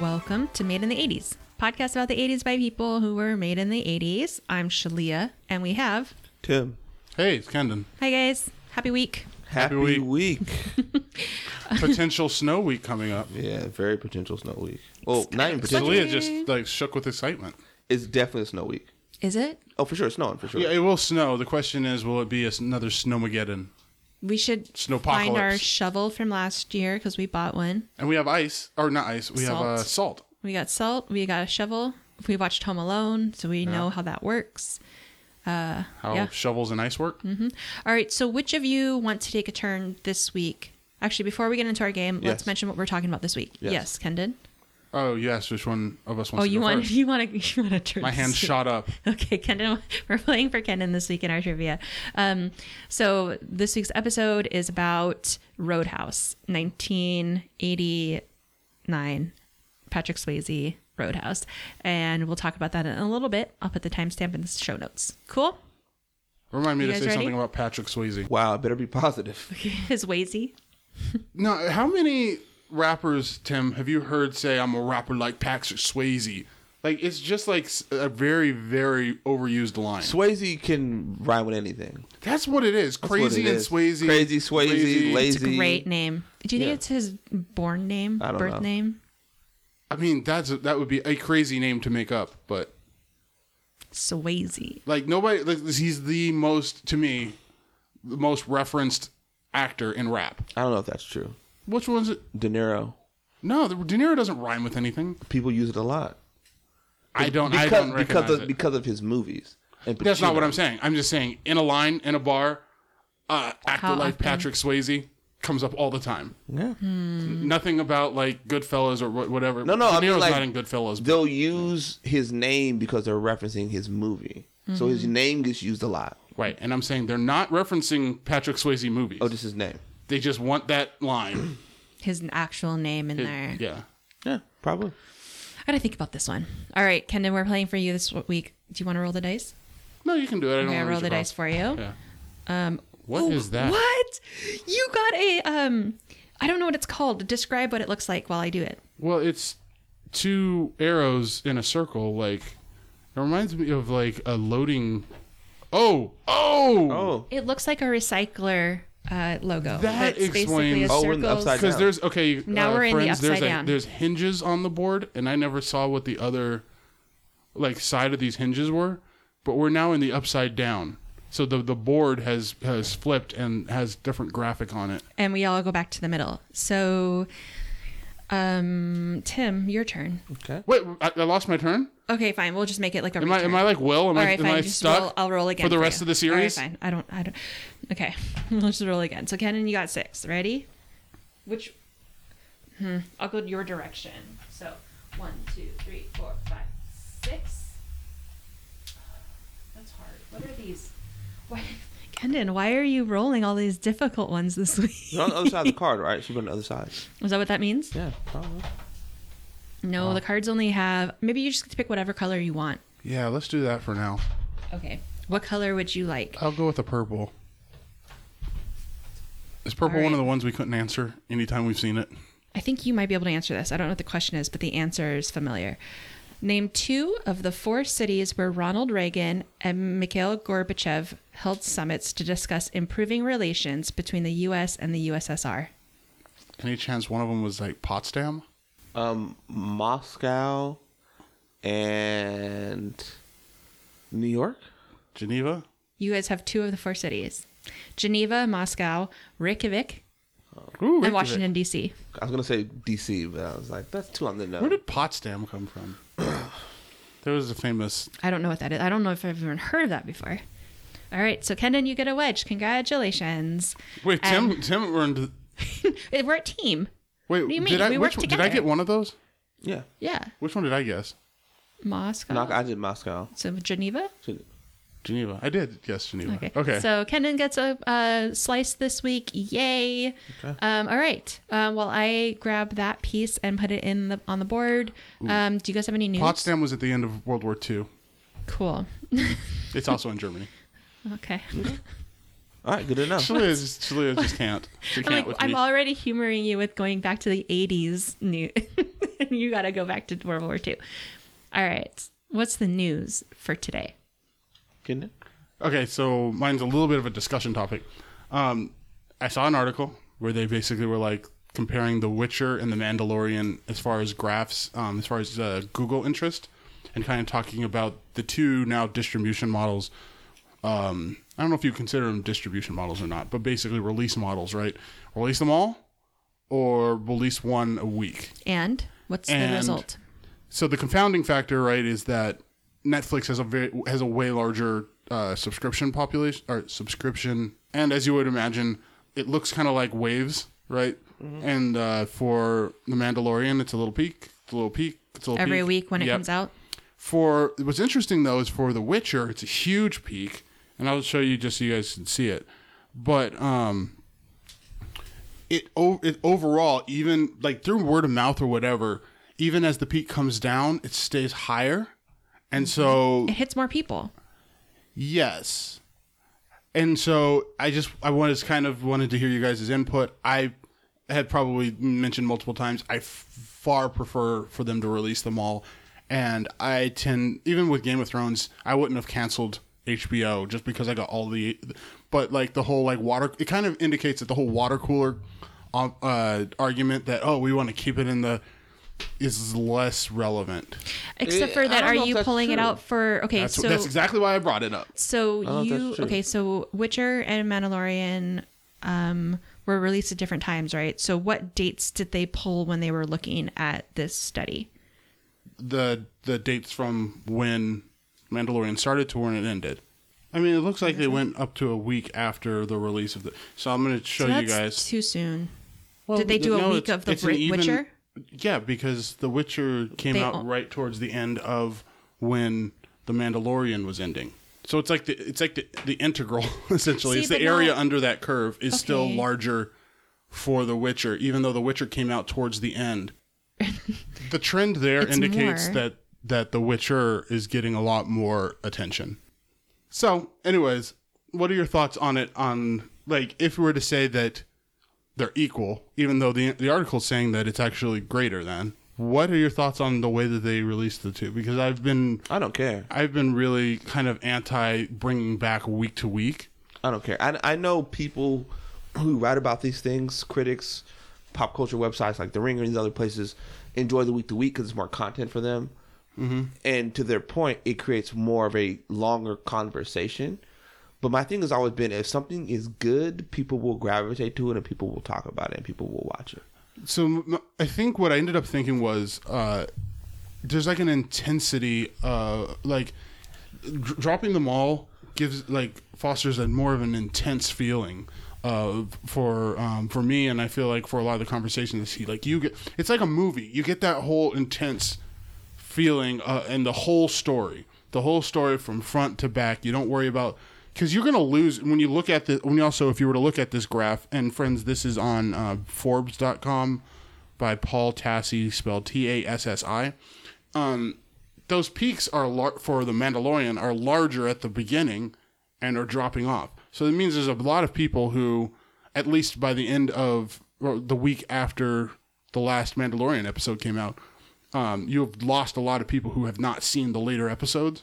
welcome to Made in the 80s, podcast about the 80s by people who were made in the 80s. I'm Shalia, and we have. Tim, Hey, it's Kendon. Hi, guys. Happy week. happy, week. week. Potential snow week coming up. yeah, very potential snow week. Well, kinda not even exciting. potential. Leah just like shook with excitement. It's definitely a snow week. Is it? Oh, for sure, it's snowing for sure. Yeah, it will snow. The question is, will it be a- another snowmageddon? We should find our Snowpocalypse. shovel from last year because we bought one. And we have ice, or not ice. We have uh, Salt. salt. We got salt, we got a shovel. We watched Home Alone, so we know how that works. How Yeah. Mm-hmm. shovels and ice work. All right, so which of you want to take a turn this week? Actually, before we get into our game, let's Yes. mention what we're talking about this week. Yes, Yes. Kendon. Oh, you asked which one of us wants Oh, to you go want first. you want to you want to turn. My this hand week. shot up. Okay, Kendon, we're playing for Kendon this week in our trivia. Um, so this week's episode is about Roadhouse, 1989, Patrick Swayze Roadhouse, and we'll talk about that in a little bit. I'll put the timestamp in the show notes. Cool, Remind me You to guys say ready? something about Patrick Swayze. Wow, it better be positive. his Swayze. No, how many rappers, Tim, have you heard say I'm a rapper like Patrick Swayze? Like it's just like s- a very, very overused line. Swayze can rhyme with anything. That's what it is. what Crazy it and is. Swayze. Crazy Swayze, lazy. It's a great name. Do you think Yeah. it's his born name, I don't birth know. name? I mean, that's that would be a crazy name to make up, but Swayze. like nobody, like, he's the most to me, the most referenced actor in rap. I don't know if that's true. Which one's it? De Niro, No, the, De Niro doesn't rhyme with anything. people use it a lot I don't. I because don't recognize because of it. because of his movies. And that's not Pacino. what I'm saying. I'm just saying in a line in a bar, uh, actor How like often? Patrick Swayze comes up all the time. Yeah. Mm. Nothing about like Goodfellas or wha- whatever. No, no, De I mean, Niro's like, not in Goodfellas. They'll use his name because they're referencing his movie. So his name gets used a lot. right, and I'm saying they're not referencing Patrick Swayze movies. Oh, just his name. they just want that line. His actual name in there. yeah. Yeah, probably. I gotta think about this one. All right, Kendon, we're playing for you this week. Do you want to roll the dice? No, you can do it. I don't Okay, I wanna roll reach the across. dice for you. Um, Yeah. What is that? What? You got a um I don't know what it's called. Describe what it looks like while I do it. Well, it's two arrows in a circle. Like it reminds me of like a loading. Oh, oh, Oh, It looks like a recycler uh logo. That It's basically a explains- Oh, when circle. upside Because there's okay. Now uh, we're in the friends, there's upside like- down. There's hinges on the board, and I never saw what the other like side of these hinges were. But we're now in the upside down. So the the board has has flipped and has different graphic on it. and we all go back to the middle. So um Tim, your turn. okay. Wait, I, I lost my turn. Okay, fine. We'll just make it like a Am I return. am I like Will? Am all I right, am fine. I just stuck? roll, I'll roll again for the rest you. of the series. All right, fine. I don't. I don't. Okay, we'll just roll again. So, Kenan, you got six. Ready? Which? Hmm. I'll go your direction. So, one, two, three, four, five, six. Uh, That's hard. What are these? Why, Kenan? Why are you rolling all these difficult ones this week? You're on the other side of the card, right? She's on the other side. Is that what that means? Yeah, probably. No, the cards only have. Maybe you just get to pick whatever color you want. Yeah, let's do that for now. Okay. What color would you like? I'll go with a purple. Is purple All one right. of the ones we couldn't answer anytime we've seen it? I think you might be able to answer this. I don't know what the question is, but the answer is familiar. Name two of the four cities where Ronald Reagan and Mikhail Gorbachev held summits to discuss improving relations between the U.S. and the USSR. Any chance one of them was like Potsdam? Um, Moscow and New York. Geneva? You guys have two of the four cities Geneva, Moscow, Reykjavik, Ooh, and Washington, D.C. I was gonna say D.C., but I was like, that's too on the Where nose. did Potsdam come from? there was a famous. I don't know what that is. I don't know if I've even heard of that before. All right, so Kendon, you get a wedge. Congratulations. Wait, Tim. And- Tim earned. We're a team. Wait, Um, do you mean? did I? We which work one, did I together. get one of those? Yeah, Yeah, Which one did I guess? Moscow. no, I did Moscow. so Geneva? Should- Geneva. I did guess Geneva. Okay. Okay. So Kendon gets a uh, slice this week. Yay! Um, all right. Um, well, I grab that piece and put it in the on the board. Um, do you guys have any news? Potsdam was at the end of World War II. Cool. It's also in Germany. Okay. All right, good enough. Shalia just, Shalia just can't. She I'm can't like with I'm me. already humoring you with going back to the '80s new and you got to go back to World War II. All right. What's the news for today? Can it? Okay, so mine's a little bit of a discussion topic. Um, I saw an article where they basically were like comparing The Witcher and The Mandalorian as far as graphs, um, as far as uh, Google interest, and kind of talking about the two now distribution models. Um, I don't know if you consider them distribution models or not, but basically release models, right? Release them all or release one a week. And what's And- the result? So the confounding factor, right, is that Netflix has a very, has a way larger uh, subscription population or subscription, and as you would imagine, it looks kind of like waves, right? Mm-hmm. And uh, for The Mandalorian, it's a little peak, it's a little peak, it's a little Every peak. week when it Yep. comes out? For what's interesting though is for The Witcher, it's a huge peak, and I'll show you just so you guys can see it. But um, it, o- it overall, even like through word of mouth or whatever, even as the peak comes down, it stays higher, and so It hits more people. Yes. And so I just I was kind of wanted to hear you guys' input. I had probably mentioned multiple times I f- far prefer for them to release them all, and I tend even with Game of Thrones I wouldn't have canceled HBO just because I got all the, but like the whole like water it kind of indicates that the whole water cooler um, uh, argument that oh we want to keep it in the is less relevant. Except Eh, for I that, don't are know if you that's pulling it true. out for. Okay, That's so. that's exactly why I brought it up. So Oh, don't know if you that's true. okay? So Witcher and Mandalorian um, were released at different times, right? So what dates did they pull when they were looking at this study? the the dates from when Mandalorian started to when it ended. I mean, it looks like they went up to a week after the release of the. So I'm going to show So you that's guys. too soon. did they do a No, week it's- of the it's an Brit- even- Witcher? Yeah, because the Witcher came They out al- right towards the end of when the Mandalorian was ending. So it's like the it's like the, the integral essentially. See, it's the but area now- under that curve is still Okay. larger for the Witcher, even though the Witcher came out towards the end. the trend there It's indicates more. that that the Witcher is getting a lot more attention. So, anyways, what are your thoughts on it? On like, if we were to say that they're equal, even though the the article's saying that it's actually greater than. What are your thoughts on the way that they released the two? Because I've been I don't care. I've been really kind of anti bringing back week to week. I don't care. I, I know people who write about these things, critics, pop culture websites like The Ringer and these other places enjoy the week to week because it's more content for them. Mm-hmm. And to their point, it creates more of a longer conversation. But my thing has always been if something is good, people will gravitate to it and people will talk about it and people will watch it. So m- I think what I ended up thinking was uh, there's like an intensity, uh, like dr- dropping them all gives like fosters a more of an intense feeling of for um, for me, and I feel like for a lot of the conversations I see, like you get it's like a movie. You get that whole intense feeling uh, and the whole story, the whole story from front to back. You don't worry about because you're gonna lose when you look at the when you also if you were to look at this graph and friends, this is on uh, Forbes.com by Paul Tassi, spelled T A S S I. Um, those peaks are lar- for the Mandalorian are larger at the beginning and are dropping off. So that means there's a lot of people who, at least by the end of or the week after the last Mandalorian episode came out, um, you have lost a lot of people who have not seen the later episodes.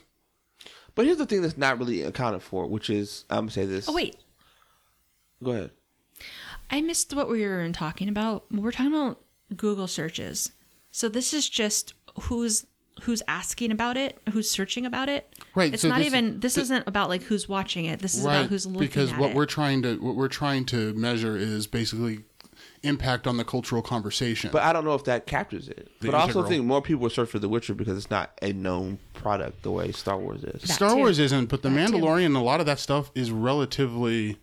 But here's the thing that's not really accounted for, which is I'm going to say this. Oh wait, Go ahead. I missed what we were talking about. We're talking about Google searches. So this is just who's who's asking about it, who's searching about it. Right, It's so not this- even. This isn't about like who's watching it. This is about who's looking because at what it. we're trying to what we're trying to measure is basically impact on the cultural conversation. But I don't know if that captures it. The but I also integral. think more people would search for The Witcher because it's not a known product the way Star Wars is. That Star too. Wars isn't, but the That too. Mandalorian, a lot of that stuff is relatively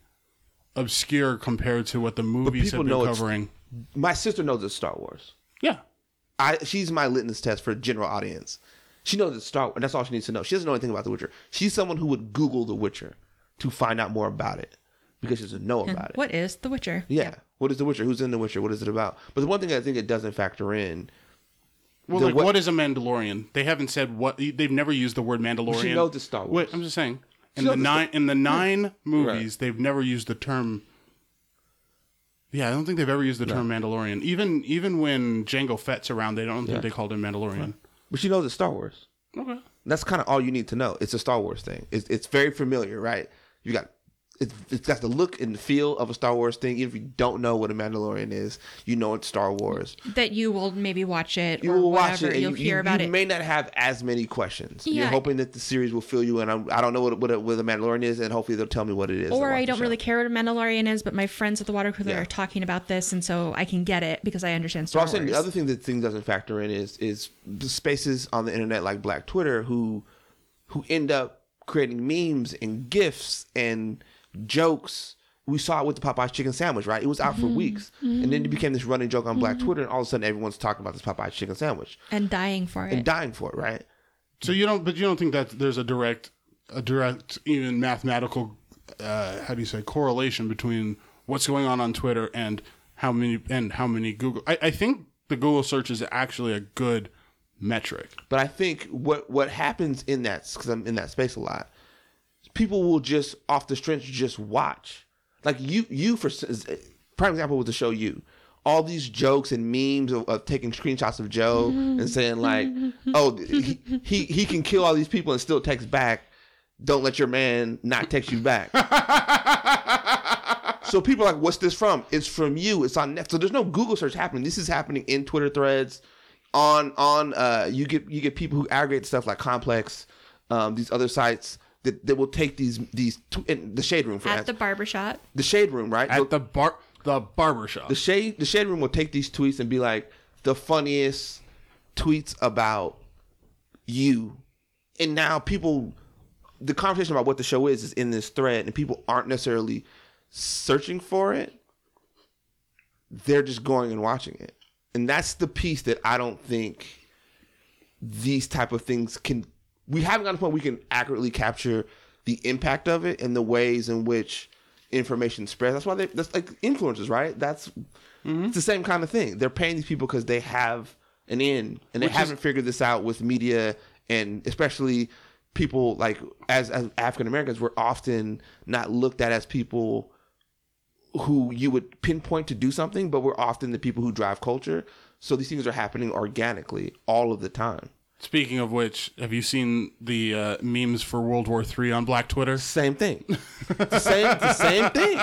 obscure compared to what the movies people have know been it's- covering. My sister knows it's Star Wars. Yeah. I she's my litmus test for general audience. She knows it's Star Wars, and that's all she needs to know. She doesn't know anything about The Witcher. She's someone who would Google The Witcher to find out more about it because she doesn't know about it. What is The Witcher? Yeah. What is The Witcher? Who's in The Witcher? What is it about? But the one thing I think it doesn't factor in, Well, The like, what- what is a Mandalorian? They haven't said what. They've never used the word Mandalorian. she knows it's Star Wars. Wait, I'm just saying. She In the knows it's nine in the nine movies, they've never used the term Yeah, I don't think they've ever used the term Mandalorian. Even even when Jango Fett's around, they don't think they called him Mandalorian. But she knows it's Star Wars. Okay. That's kind of all you need to know. It's a Star Wars thing. It's it's very familiar, right? You got it's, it's got the look and the feel of a Star Wars thing. Even if you don't know what a Mandalorian is, you know it's Star Wars. that you will maybe watch it You or will watch whatever. it. And You'll you, hear you- about you it. may not have as many questions. You're Yeah. hoping that the series will fill you in. I'm, I don't know what what a, what a Mandalorian is, and hopefully they'll tell me what it is. or watch I the don't show. really care what a Mandalorian is, but my friends at the water cooler Yeah. are talking about this, and so I can get it because I understand So Star I'm saying Wars. the other thing that thing doesn't factor in is is the spaces on the internet like Black Twitter who who end up creating memes and gifs and jokes. We saw it with the Popeyes chicken sandwich, right? It was out for weeks, and then it became this running joke on Black Twitter, and all of a sudden everyone's talking about this Popeyes chicken sandwich and dying for and it. dying for it, right? So you don't, but you don't think that there's a direct, a direct even mathematical, uh, how do you say, correlation between what's going on on Twitter and how many and how many Google. I, I think the Google search is actually a good metric. But I think what what happens in that because I'm in that space a lot, people will just off the strength just watch. Like you, you for s- prime example was the show you. All these jokes and memes of, of taking screenshots of Joe and saying like, "Oh, he, he he can kill all these people and still text back. Don't let your man not text you back." so people are like, "What's this from?" It's from you. It's on net. So there's no Google search happening. This is happening in Twitter threads. On on uh, you get you get people who aggregate stuff like Complex, um, these other sites that, that will take these these tw- and the shade room for At that. the The-, barbershop, shade room right At the bar, the barber shop. the shade the shade room will take these tweets and be like the funniest tweets about you and now people the conversation about what the show is is in this thread and people aren't necessarily searching for it they're just going and watching it and that's the piece that i don't think these type of things can we haven't gotten to a point we can accurately capture the impact of it and the ways in which information spreads that's why they that's like influencers right that's Mm-hmm. it's the same kind of thing they're paying these people because they have an in and they Which is- haven't figured this out with media and especially people like as, as african americans we're often not looked at as people who you would pinpoint to do something, but we're often the people who drive culture. So these things are happening organically all of the time. Speaking of which, have you seen the uh, memes for World War III on Black Twitter? Same thing. the same the same thing.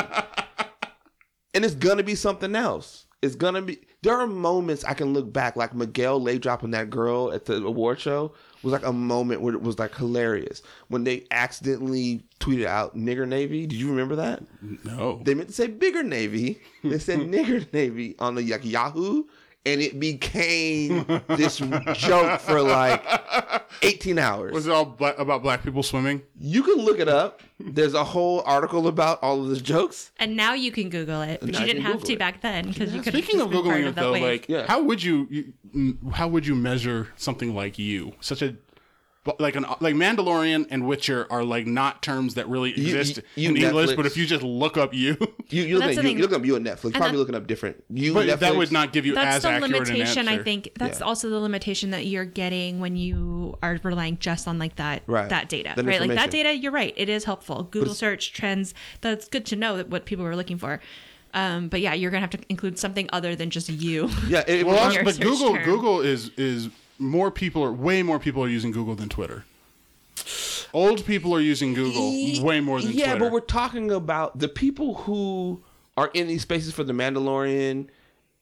And it's gonna be something else. It's gonna be there are moments I can look back, like Miguel lay dropping that girl at the award show was like a moment where it was like hilarious. When they accidentally tweeted out nigger navy. Did you remember that? No. They meant to say bigger navy. They said nigger navy on the like, Yahoo, and it became this joke for like 18 hours. Was it all bla- about black people swimming? you can look it up. There's a whole article about all of those jokes. and now you can Google it, but Now you I didn't can have Google to it. back then because you could. Speaking of googling it though, like Yeah. how would you, you mm, how would you measure something like you? Such a but like an like Mandalorian and Witcher are like not terms that really you- exist you in English. Netflix. But if you just look up you, You you look, That's at, the you, thing. you look up you and Netflix. Probably that- looking up different. You but Netflix, that would not give you as that's the accurate an limitation. answer. I think that's Yeah. also the limitation that you're getting when you are relying just on like that Right. that data, That right? Like that information. data, you're right. It is helpful. Google search trends. That's good to know that what people are looking for. Um, but yeah, you're gonna have to include something other than just you. Yeah, it, Well, your that's- but search Google term. Google is is more people are way more people are using Google than Twitter. Old people are using Google way more than yeah, Twitter. but we're talking about the people who are in these spaces for The Mandalorian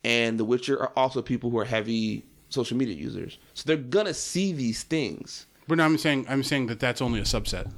and The Witcher are also people who are heavy social media users. So they're gonna see these things. But no, I'm saying I'm saying that that's only a subset.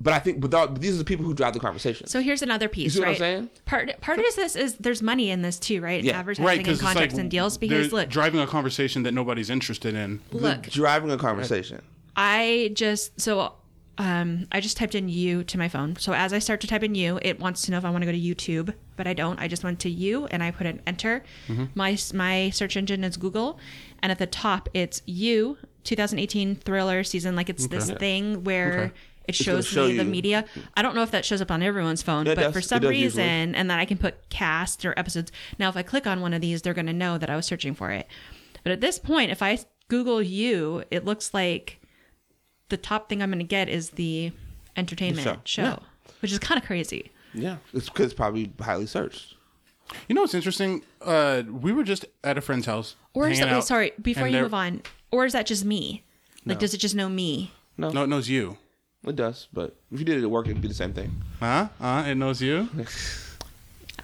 But I think, but, th- but these are the people who drive the conversation. So here's another piece, see what I'm right? saying? Part part of this is there's money in this too, right? In Yeah. advertising Right, and because it's contracts like and deals. they're Because look, driving a conversation that nobody's interested in. look, driving a conversation. I just so um I just typed in you to my phone. So as I start to type in you, it wants to know if I want to go to YouTube, but I don't. I just went to you and I put an enter. Mm-hmm. My my search engine is Google, and at the top it's you 2018 thriller season. Like it's this thing where. It gonna shows show me the you. media. I don't know if that shows up on everyone's phone, it but does. for It some does reason, usually. and then I can put cast or episodes. Now, if I click on one of these, they're going to know that I was searching for it. But at this point, if I Google you, it looks like the top thing I'm going to get is the entertainment The show. show, which is kind of crazy. Yeah, it's because it's probably highly searched. You know what's interesting? Uh, we were just at a friend's house. Or is hanging that, wait, out, sorry, before and you they're- move on, or is that just me? Like, does it just know me? No, it knows you. It does, but if you did it at work, it'd be the same thing. Huh? Huh? It knows you?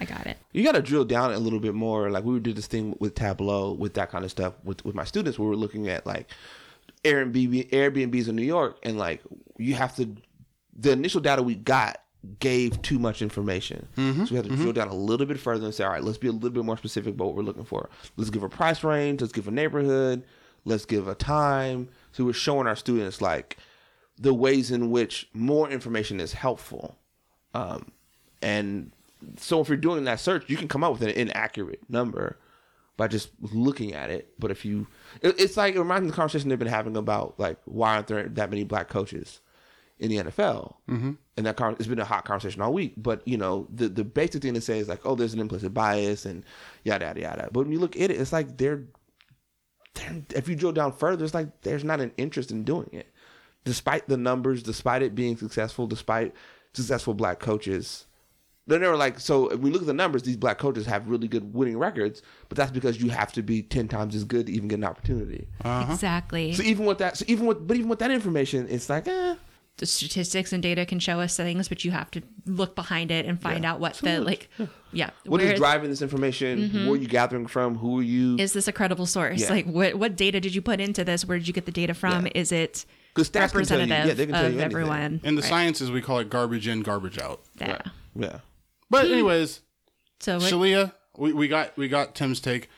I got it. You got to drill down a little bit more. Like we did this thing with Tableau, with that kind of stuff, with with my students. We were looking at like Airbnb, Airbnbs in New York, and like you have to. The initial data we got gave too much information, so we had to drill down a little bit further and say, all right, let's be a little bit more specific about what we're looking for. Let's give a price range. Let's give a neighborhood. Let's give a time. So we're showing our students like the ways in which more information is helpful. Um, and so if you're doing that search, you can come up with an inaccurate number by just looking at it. But if you, it, it's like, it reminds me of the conversation they've been having about like, why aren't there that many black coaches in the NFL? Mm-hmm. And that con- it's been a hot conversation all week. But you know, the, the basic thing to say is like, oh, there's an implicit bias and yada, yada, yada. But when you look at it, it's like they're there- if you drill down further, it's like there's not an interest in doing it, despite the numbers, despite it being successful, despite successful black coaches. They're never like so. If we look at the numbers, these black coaches have really good winning records, but that's because you have to be ten times as good to even get an opportunity. Uh-huh. Exactly. So even with that, so even with but even with that information, it's like eh, the statistics and data can show us things, but you have to look behind it and find out what the like, yeah, what is where- Mm-hmm. driving this information? Where are you gathering from? Who are you? is this a credible source? Yeah. Like, what what data did you put into this? Where did you get the data from? Yeah. Is it 'Cause stats can tell you- representative yeah, they can tell of you anything. everyone? In the Right. sciences, we call it garbage in, garbage out. Yeah. yeah, But Hmm. anyways, So what, Shalia, we, we got we got Tim's take.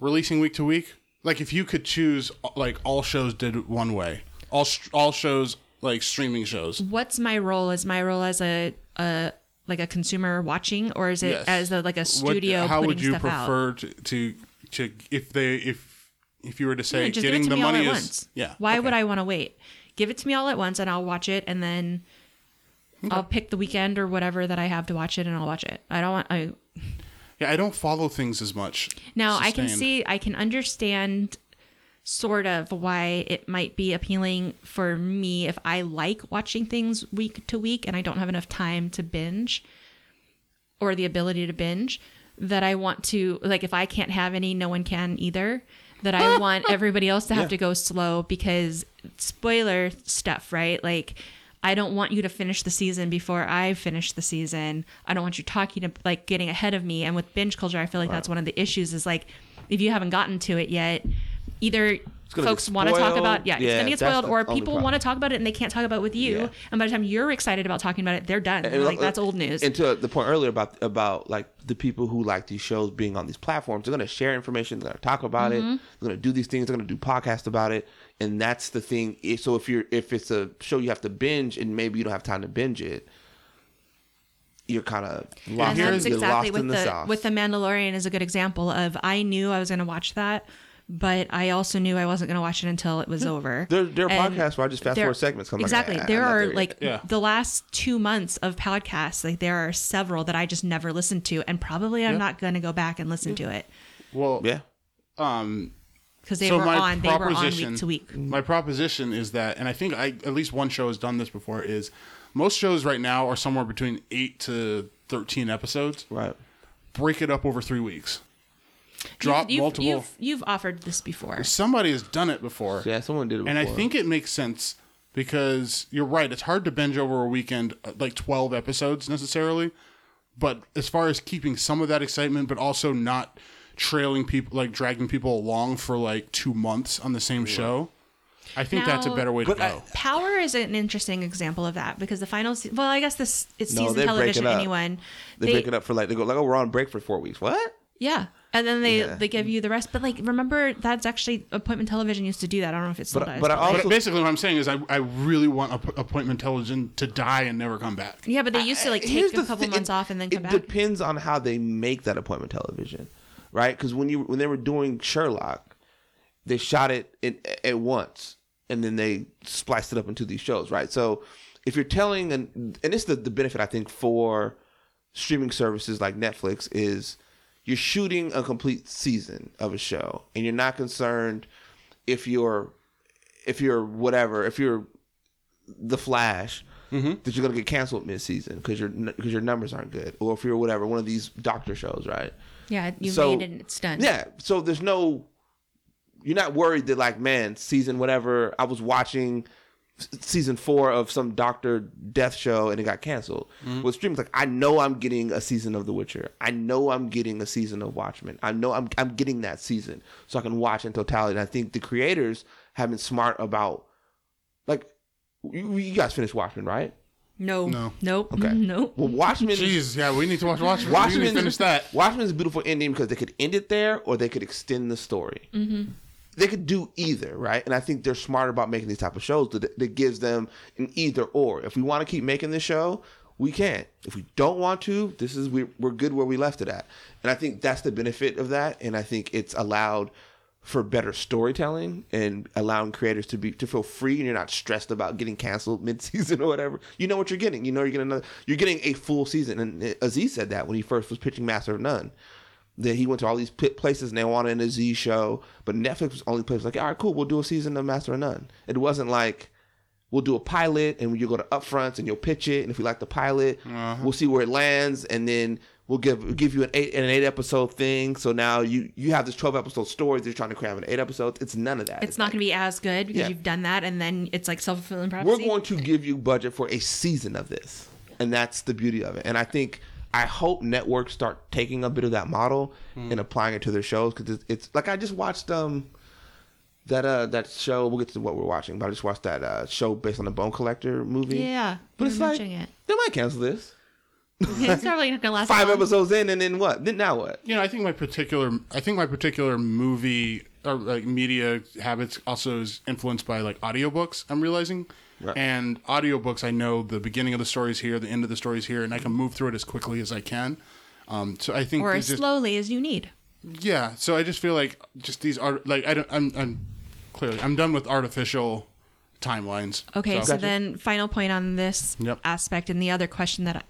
Releasing week to week, like if you could choose, like all shows did it one way, all str- all shows like streaming shows. what's my role? Is my role as a a like a consumer watching, or is it Yes. as a, like a What- studio how putting would you stuff out? prefer to, to to if they if if you were to say Yeah, just give getting it to the me money all at is once. yeah? Why okay. would I want to wait? Give it to me all at once, and I'll watch it, and then I'll pick the weekend or whatever that I have to watch it, and I'll watch it. I don't want. I Yeah, I don't follow things as much. Now I can Sustained. see, I can understand sort of why it might be appealing for me if I like watching things week to week and I don't have enough time to binge or the ability to binge that I want to like if I can't have any no one can either that I want everybody else to have to go slow because spoiler stuff right like I don't want you to finish the season before I finish the season I don't want you talking to like getting ahead of me and with binge culture I feel like that's one of the issues is like if you haven't gotten to it yet either gonna get folks want to talk spoiled. about yeah, it's Yeah, gonna get that's spoiled the or only people problem. want to talk about it and they can't talk about it with you Yeah. and by the time you're excited about talking about it they're done And like that's old news And to the point earlier about about like the people who like these shows being on these platforms, they're gonna share information, they're gonna talk about Mm-hmm. it, they're gonna do these things, they're gonna do podcasts about it, and that's the thing. If- So if you're if it's a show you have to binge and maybe you don't have time to binge it, you're kind of lost, and that's you're exactly lost with in the, the, sauce. with the Mandalorian is a good example of I knew I was going to watch that, but I also knew I wasn't going to watch it until it was over. Hmm. There- there are And podcasts where I just fast there- forward segments 'cause I'm like, Exactly, "Ah, there I'm not are there like yet." Yeah. the last two months of podcasts. Like there are several that I just never listened to, and probably I'm not going to go back and listen to it Well, yeah. um, because they so were my on. They were on proposition, week to week. My proposition is that, and I think I at least one show has done this before. Is most shows right now are somewhere between eight to thirteen episodes. Right. Break it up over three weeks. Drop you've, multiple. You've, you've offered this before. Somebody has done it before. Yeah, someone did it And I before. think it makes sense because you're right. It's hard to binge over a weekend uh, like 12 episodes necessarily. But as far as keeping some of that excitement, but also not trailing people, like dragging people along for like two months on the same show, I think that's a Now- better way to But I- go. Power is an interesting example of that because the final, se- well, I guess this it's No, season they break television. it up. Anyone They, break it up for like they go like oh we're on break for four weeks. What? Yeah. And then they, Yeah. they give you the rest. But like, remember that's actually appointment television used to do that. I don't know if it's still But- does. but I but also- basically, what I'm saying is, I, I really want App- appointment television to die and never come back. yeah, but they used to like Uh, Here's take a the couple thing, months it- off and then it come back. depends on how they make that appointment television, right? Because when you when they were doing Sherlock, they shot it in, at once and then they spliced it up into these shows, right? So if you're telling and and this is the, the benefit I think for streaming services like Netflix is you're shooting a complete season of a show and you're not concerned if you're if you're whatever if you're the Flash that you're gonna get canceled mid season because your because your numbers aren't good, or if you're whatever one of these doctor shows, right? Yeah, you so made it and it's done. Yeah, so there's no, you're not worried that like man season whatever. I was watching s- season four of some Doctor Death show and it got canceled. With streaming, it's like I know I'm getting a season of The Witcher. I know I'm getting a season of Watchmen. I know I'm I'm getting that season so I can watch in totality. And I think the creators have been smart about like you, you guys finished Watchmen right? No. No. Nope. Okay. Nope. Well, Watchmen. Jeez, yeah, we need to watch Watchmen. We need Watchmen to finish that. Watchmen's a beautiful ending because they could end it there or they could extend the story. Mm-hmm. They could do either, right? And I think they're smart about making these type of shows that, that gives them an either or. If we want to keep making this show, we can. If we don't want to, this is we, we're good where we left it at. And I think that's the benefit of that. And I think it's allowed for better storytelling and allowing creators to be to feel free and you're not stressed about getting canceled mid-season or whatever you know what you're getting you know you're getting another you're getting a full season and aziz said that when he first was pitching master of none that he went to all these pit places and they wanted an aziz show but netflix was the only place like all right cool we'll do a season of master of none it wasn't like we'll do a pilot and you'll go to upfronts and you'll pitch it and if we like the pilot we'll see where it lands and then we'll give we'll give you an eight an eight episode thing so now you you have this 12 episode story they're trying to cram in eight episodes it's none of that It's not going to be as good because Yeah. you've done that, and then it's like self fulfilling we're prophecy. going to give you budget for a season of this and that's the beauty of it and i think i hope networks start taking a bit of that model Hmm. and applying it to their shows because it's, it's like i just watched um that uh that show we'll get to what we're watching but i just watched that uh show based on the bone collector movie yeah, but you it's were like mentioning they might cancel this it. it's probably not going to last five long. episodes in and then what then now what you know, I think my particular, I think my particular movie or like media habits also is influenced by like audiobooks. I'm realizing, Right. and audiobooks, I know the beginning of the story is here, the end of the story is here, and I can move through it as quickly as I can. Um, so I think or there's as just, slowly as you need. yeah. So I just feel like just these are like I don't. I'm, I'm clearly I'm done with artificial timelines. Okay, so, So- then final point on this Yep. aspect, and the other question that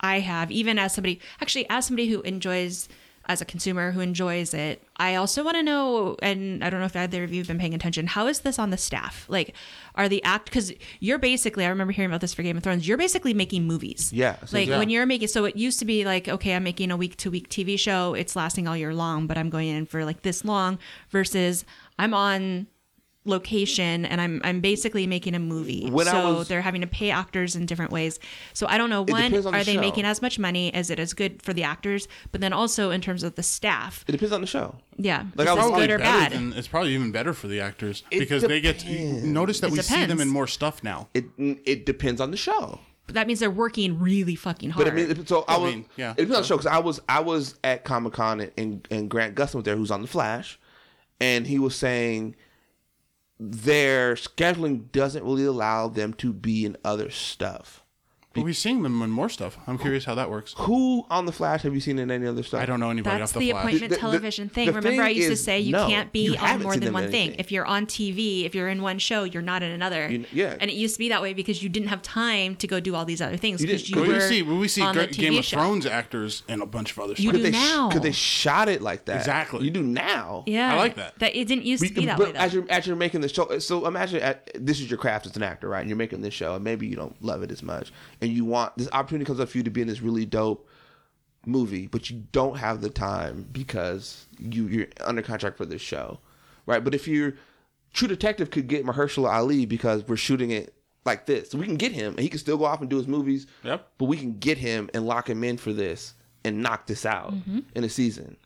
I have, even as somebody, actually, as somebody who enjoys, as a consumer who enjoys it, I also want to know, and I don't know if either of you have been paying attention, how is this on the staff? Like, are the act, because you're basically, I remember hearing about this for Game of Thrones, you're basically making movies. Yeah, Like, yeah. when you're making, so it used to be like, okay, I'm making a week to week TV show, it's lasting all year long, but I'm going in for like this long versus I'm on location and I'm I'm basically making a movie. When I so was- they're having to pay actors in different ways. So I don't know one depends on the are they show. making as much money as it is good for the actors, but then also in terms of the staff. it depends on the show Yeah. Like, is I this was good or better bad? than- it's probably even better for the actors It because they get to notice that It we see them depends. in more stuff now. it it depends on the show But that means they're working really fucking hard. But I mean, if- so I I was. mean, yeah. It was on the show because I was I was at Comic Con and and Grant Gustin was there, who's on the Flash, and he was saying their scheduling doesn't really allow them to be in other stuff. But we're seeing them in more stuff. I'm curious how that works. Who on the Flash have you seen in any other stuff? I don't know anybody That's off the the, fly. appointment The- the- television thing. the Remember, I thing used to is, say you no, can't be you on haven't more seen than them one in thing. anything. If you're on TV, if you're in one show, you're not in another. You- yeah. And it used to be that way because you didn't have time to go do all these other things You because didn't- you, Could Well, were we see, well, we see on the Gra- TV Game of show. Thrones actors and a bunch of other You stuff. do they now. Because they shot it like that. Exactly. You do now. Yeah, I like that. That it didn't used to But- be that but way. Though. as you're as you're making the show, so imagine at, this is your craft as an actor, right? And you're making this show, and maybe you don't love it as much, and you want this opportunity comes up for you to be in this really dope movie, but you don't have the time because you you're under contract for this show, right? But if you're True Detective could get Mahershala Ali because we're shooting it like this, so we can get him, and he can still go off and do his movies. Yep. But we can get him and lock him in for this and knock this out Mm-hmm. in a season.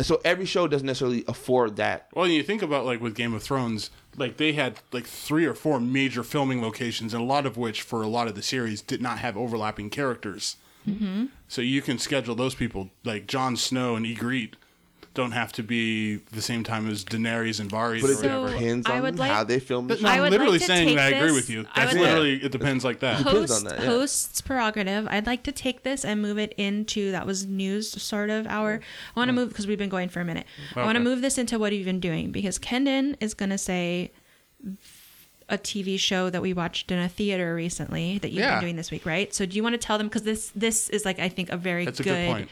And so every show doesn't necessarily afford that Well, you think about like with Game of Thrones, like they had like three or four major filming locations, and a lot of which for a lot of the series did not have overlapping characters. Mm-hmm. So you can schedule those people like Jon Snow and Ygritte don't have to be the same time as Daenerys and Varys But or it So- whatever. depends I on would like- how they film the But no, show. I I'm would literally like to saying take that I agree this- with you. I That's would like- literally it depends like that. depends on Host, that, yeah. host's prerogative. I'd like to take this and move it into that was news sort of hour. I want to move because we've been going for a minute. I want to Hmm. Okay. move this into what you've been doing because Kendon is going to say a TV show that we watched in a theater recently that you've Yeah. been doing this week, right? So do you want to tell them because this this is like I think a very That's a good, good point.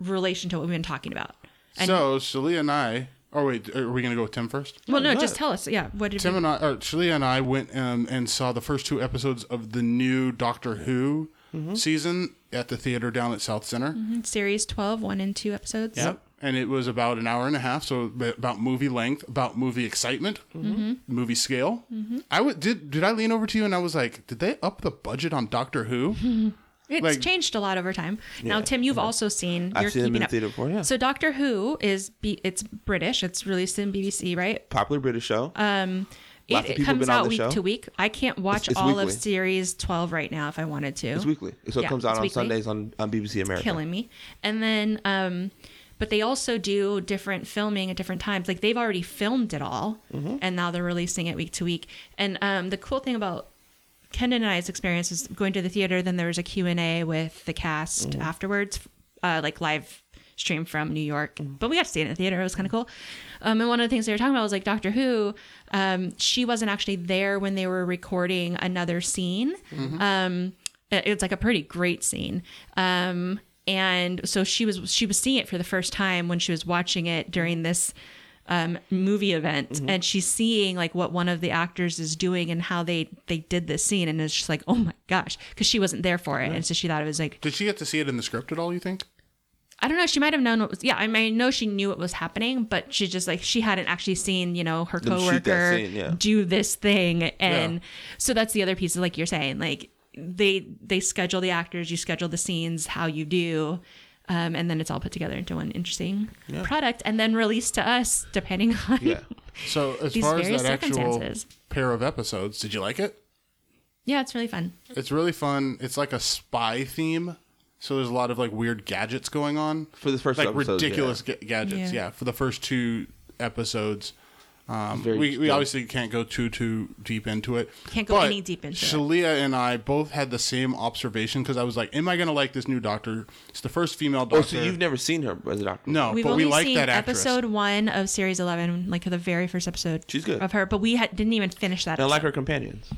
relation to what we've been talking about. And so Shalia and I. Oh wait, are we gonna go with Tim first? well, no, No, just no. tell us. Yeah, what did Tim we, and I, or Shalia and I went um, and saw the first two episodes of the new Doctor Who Mm-hmm. season at the theater down at South Center. series 12, one and two episodes? Yep. and it was about an hour and a half, so ab- about movie length, about movie excitement, Mm-hmm. movie scale. I w- did. Did I lean over to you and I was like, did they up the budget on Doctor Who? It's Like- changed a lot over time. Now, Yeah. Tim, you've also seen. I've you're seen them keeping in up. theater before, yeah. So Doctor Who is B- it's British. It's released in BBC, right? Popular British show. Uh, Lots of it it people comes been on out the week show. to week. I can't watch it's all of weekly. series twelve right now if I wanted to. it's weekly, so it yeah, comes out it's on weekly. Sundays on, on BBC America. killing me. And then, um, but they also do different filming at different times. Like they've already filmed it all, and now they're releasing it week to week. And um, the cool thing about Kendon and I's experience is going to the theater. Then there was a Q and A with the cast afterwards, uh, like live stream from New York. But we got to see it in the theater. It was kind of cool. Um, and one of the things they were talking about was like Doctor Who. Um, she wasn't actually there when they were recording another scene. Um, it- it's like a pretty great scene. Um, and so she was she was seeing it for the first time when she was watching it during this um, movie event and she's seeing like what one of the actors is doing and how they they did this scene and it's just like oh my gosh because she wasn't there for it and so she thought it was like Did she get to see it in the script at all? You think? I don't know. She might have known what was. Yeah, I mean, I know she knew what was happening, but she just like she hadn't actually seen you know her Them shoot that coworker scene, yeah. do this thing, and Yeah. so that's the other piece. Is like you're saying, like they they schedule the actors, you schedule the scenes, how you do. Um, and then it's all put together into one interesting product, and then released to us depending on. Yeah. So as These far as various that actual circumstances. pair of episodes, did you like it? Yeah, it's really fun. It's really fun. It's like a spy theme. So there's a lot of like weird gadgets going on For the first like episodes, ridiculous ga- gadgets. Yeah. Yeah. for the first two episodes. Um, Very- we we yeah. obviously can't go too too deep into it. Can't go But any deep into it. Shalia and I both had the same observation because I was like, "Am I going to like this new doctor? It's the first female doctor." Oh, so you've never seen her as a doctor? no, We've but only we like seen that actress. episode one of series eleven, like the very first episode. She's good. of her, but we had, didn't even finish that. And I episode. like her companions.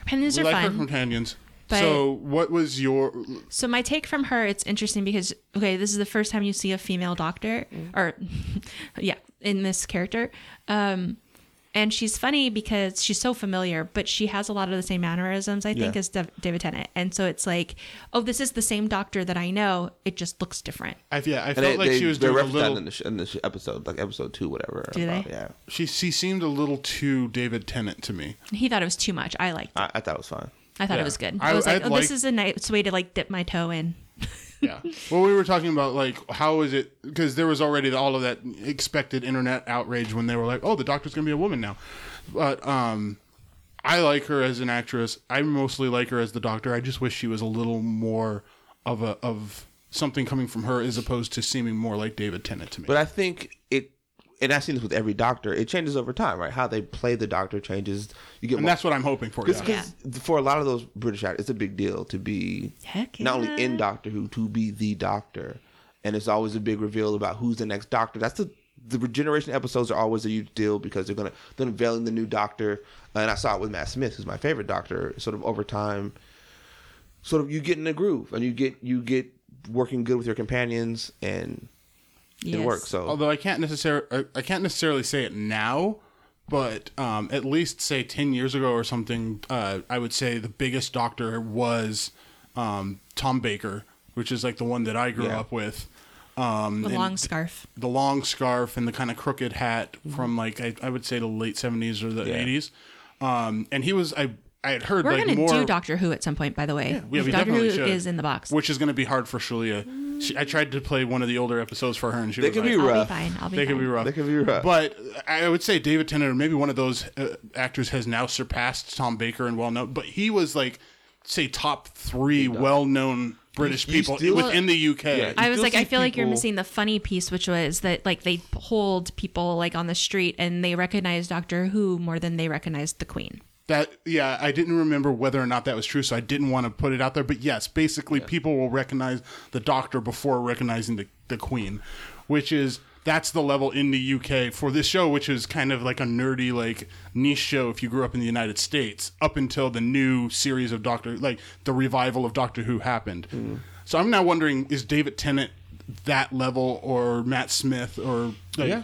Opinions We are like fun. her companions. but- so what was your? So my take from her, it's interesting because okay, this is the first time you see a female doctor, or yeah, in this character, um, and she's funny because she's so familiar, but she has a lot of the same mannerisms I think Yeah. as Dav- David Tennant, and so it's like, oh, this is the same doctor that I know. It just looks different. I, yeah, I And felt they, like they, she was they doing a referenced that little. in the, sh- in the sh- episode, like episode two, whatever. Do they? Yeah, she she seemed a little too David Tennant to me. He thought it was too much. I liked. it. I, I thought it was fine. I thought it yeah. was good. I, I- was like, I'd oh, like- this is a nice way to like dip my toe in. yeah. Well, we were talking about like how is it because there was already all of that expected internet outrage when they were like, "Oh, the doctor's going to be a woman now," but um, I like her as an actress. I mostly like her as the doctor. I just wish she was a little more of a of something coming from her as opposed to seeming more like David Tennant to me. But I think it, and I've seen this with every doctor, it changes over time, right? How they play the doctor changes. You get and that's what I'm hoping for. Because yeah. for a lot of those British actors, it's a big deal to be Heck not yeah. only in Doctor Who, to be the Doctor. And it's always a big reveal about who's the next Doctor. That's the the regeneration episodes are always a huge deal because they're gonna they're unveiling the new Doctor. And I saw it with Matt Smith, who's my favorite Doctor. Sort of over time, sort of you get in a groove and you get you get working good with your companions and Yes. it works. So Although I can't necessarily I, I can't necessarily say it now, but um, at least say ten years ago or something, uh, I would say the biggest doctor was um, Tom Baker, which is like the one that I grew Yeah. up with. Um, The and long scarf. the long scarf and the kind of crooked hat from like I, I would say the late seventies or the Mm-hmm. Yeah. eighties. Um, and he was I I had heard We're like gonna more do Doctor Who at some point, by the way. yeah, we Doctor Who definitely should. is in the box. which is going to be hard for Shalia. She, I tried to play one of the older episodes for her, and she They was could like, be I'll be rough. fine. I'll be uh, They fine. could be rough. They could be rough. But I would say David Tennant or maybe one of those uh, actors has now surpassed Tom Baker and well known. But he was like, say, top three well known British you people still- within the UK. Yeah. I You was still like, I see feel like you're people- missing the funny piece, which was that like they hold people like on the street and they recognize Doctor Who more than they recognized the Queen. That yeah, I didn't remember whether or not that was true, so I didn't want to put it out there. But yes, basically, people will recognize the Doctor before recognizing the the Queen, which is that's the level in the UK for this show, which is kind of like a nerdy like niche show if you grew up in the United States up until the new series of Doctor, like the revival of Doctor Who happened. So I'm now wondering, is David Tennant that level or Matt Smith or like, Yeah.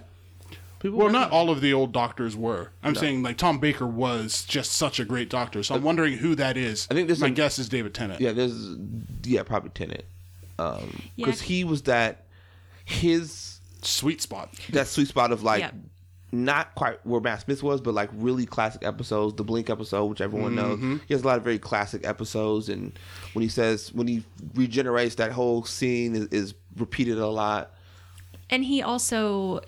People well, not all of the old doctors were. I'm saying like Tom Baker was just such a great doctor. So I'm wondering who that is. I Uh, think this my is- guess is David Tennant. Yeah, Um, there's yeah probably Tennant, because Yeah. he was that his sweet spot. that sweet spot of like Yep. not quite where Matt Smith was, but like really classic episodes. The Blink episode, which everyone knows, he has a lot of very classic episodes. And when he says when he regenerates, that whole scene is, is repeated a lot. and he also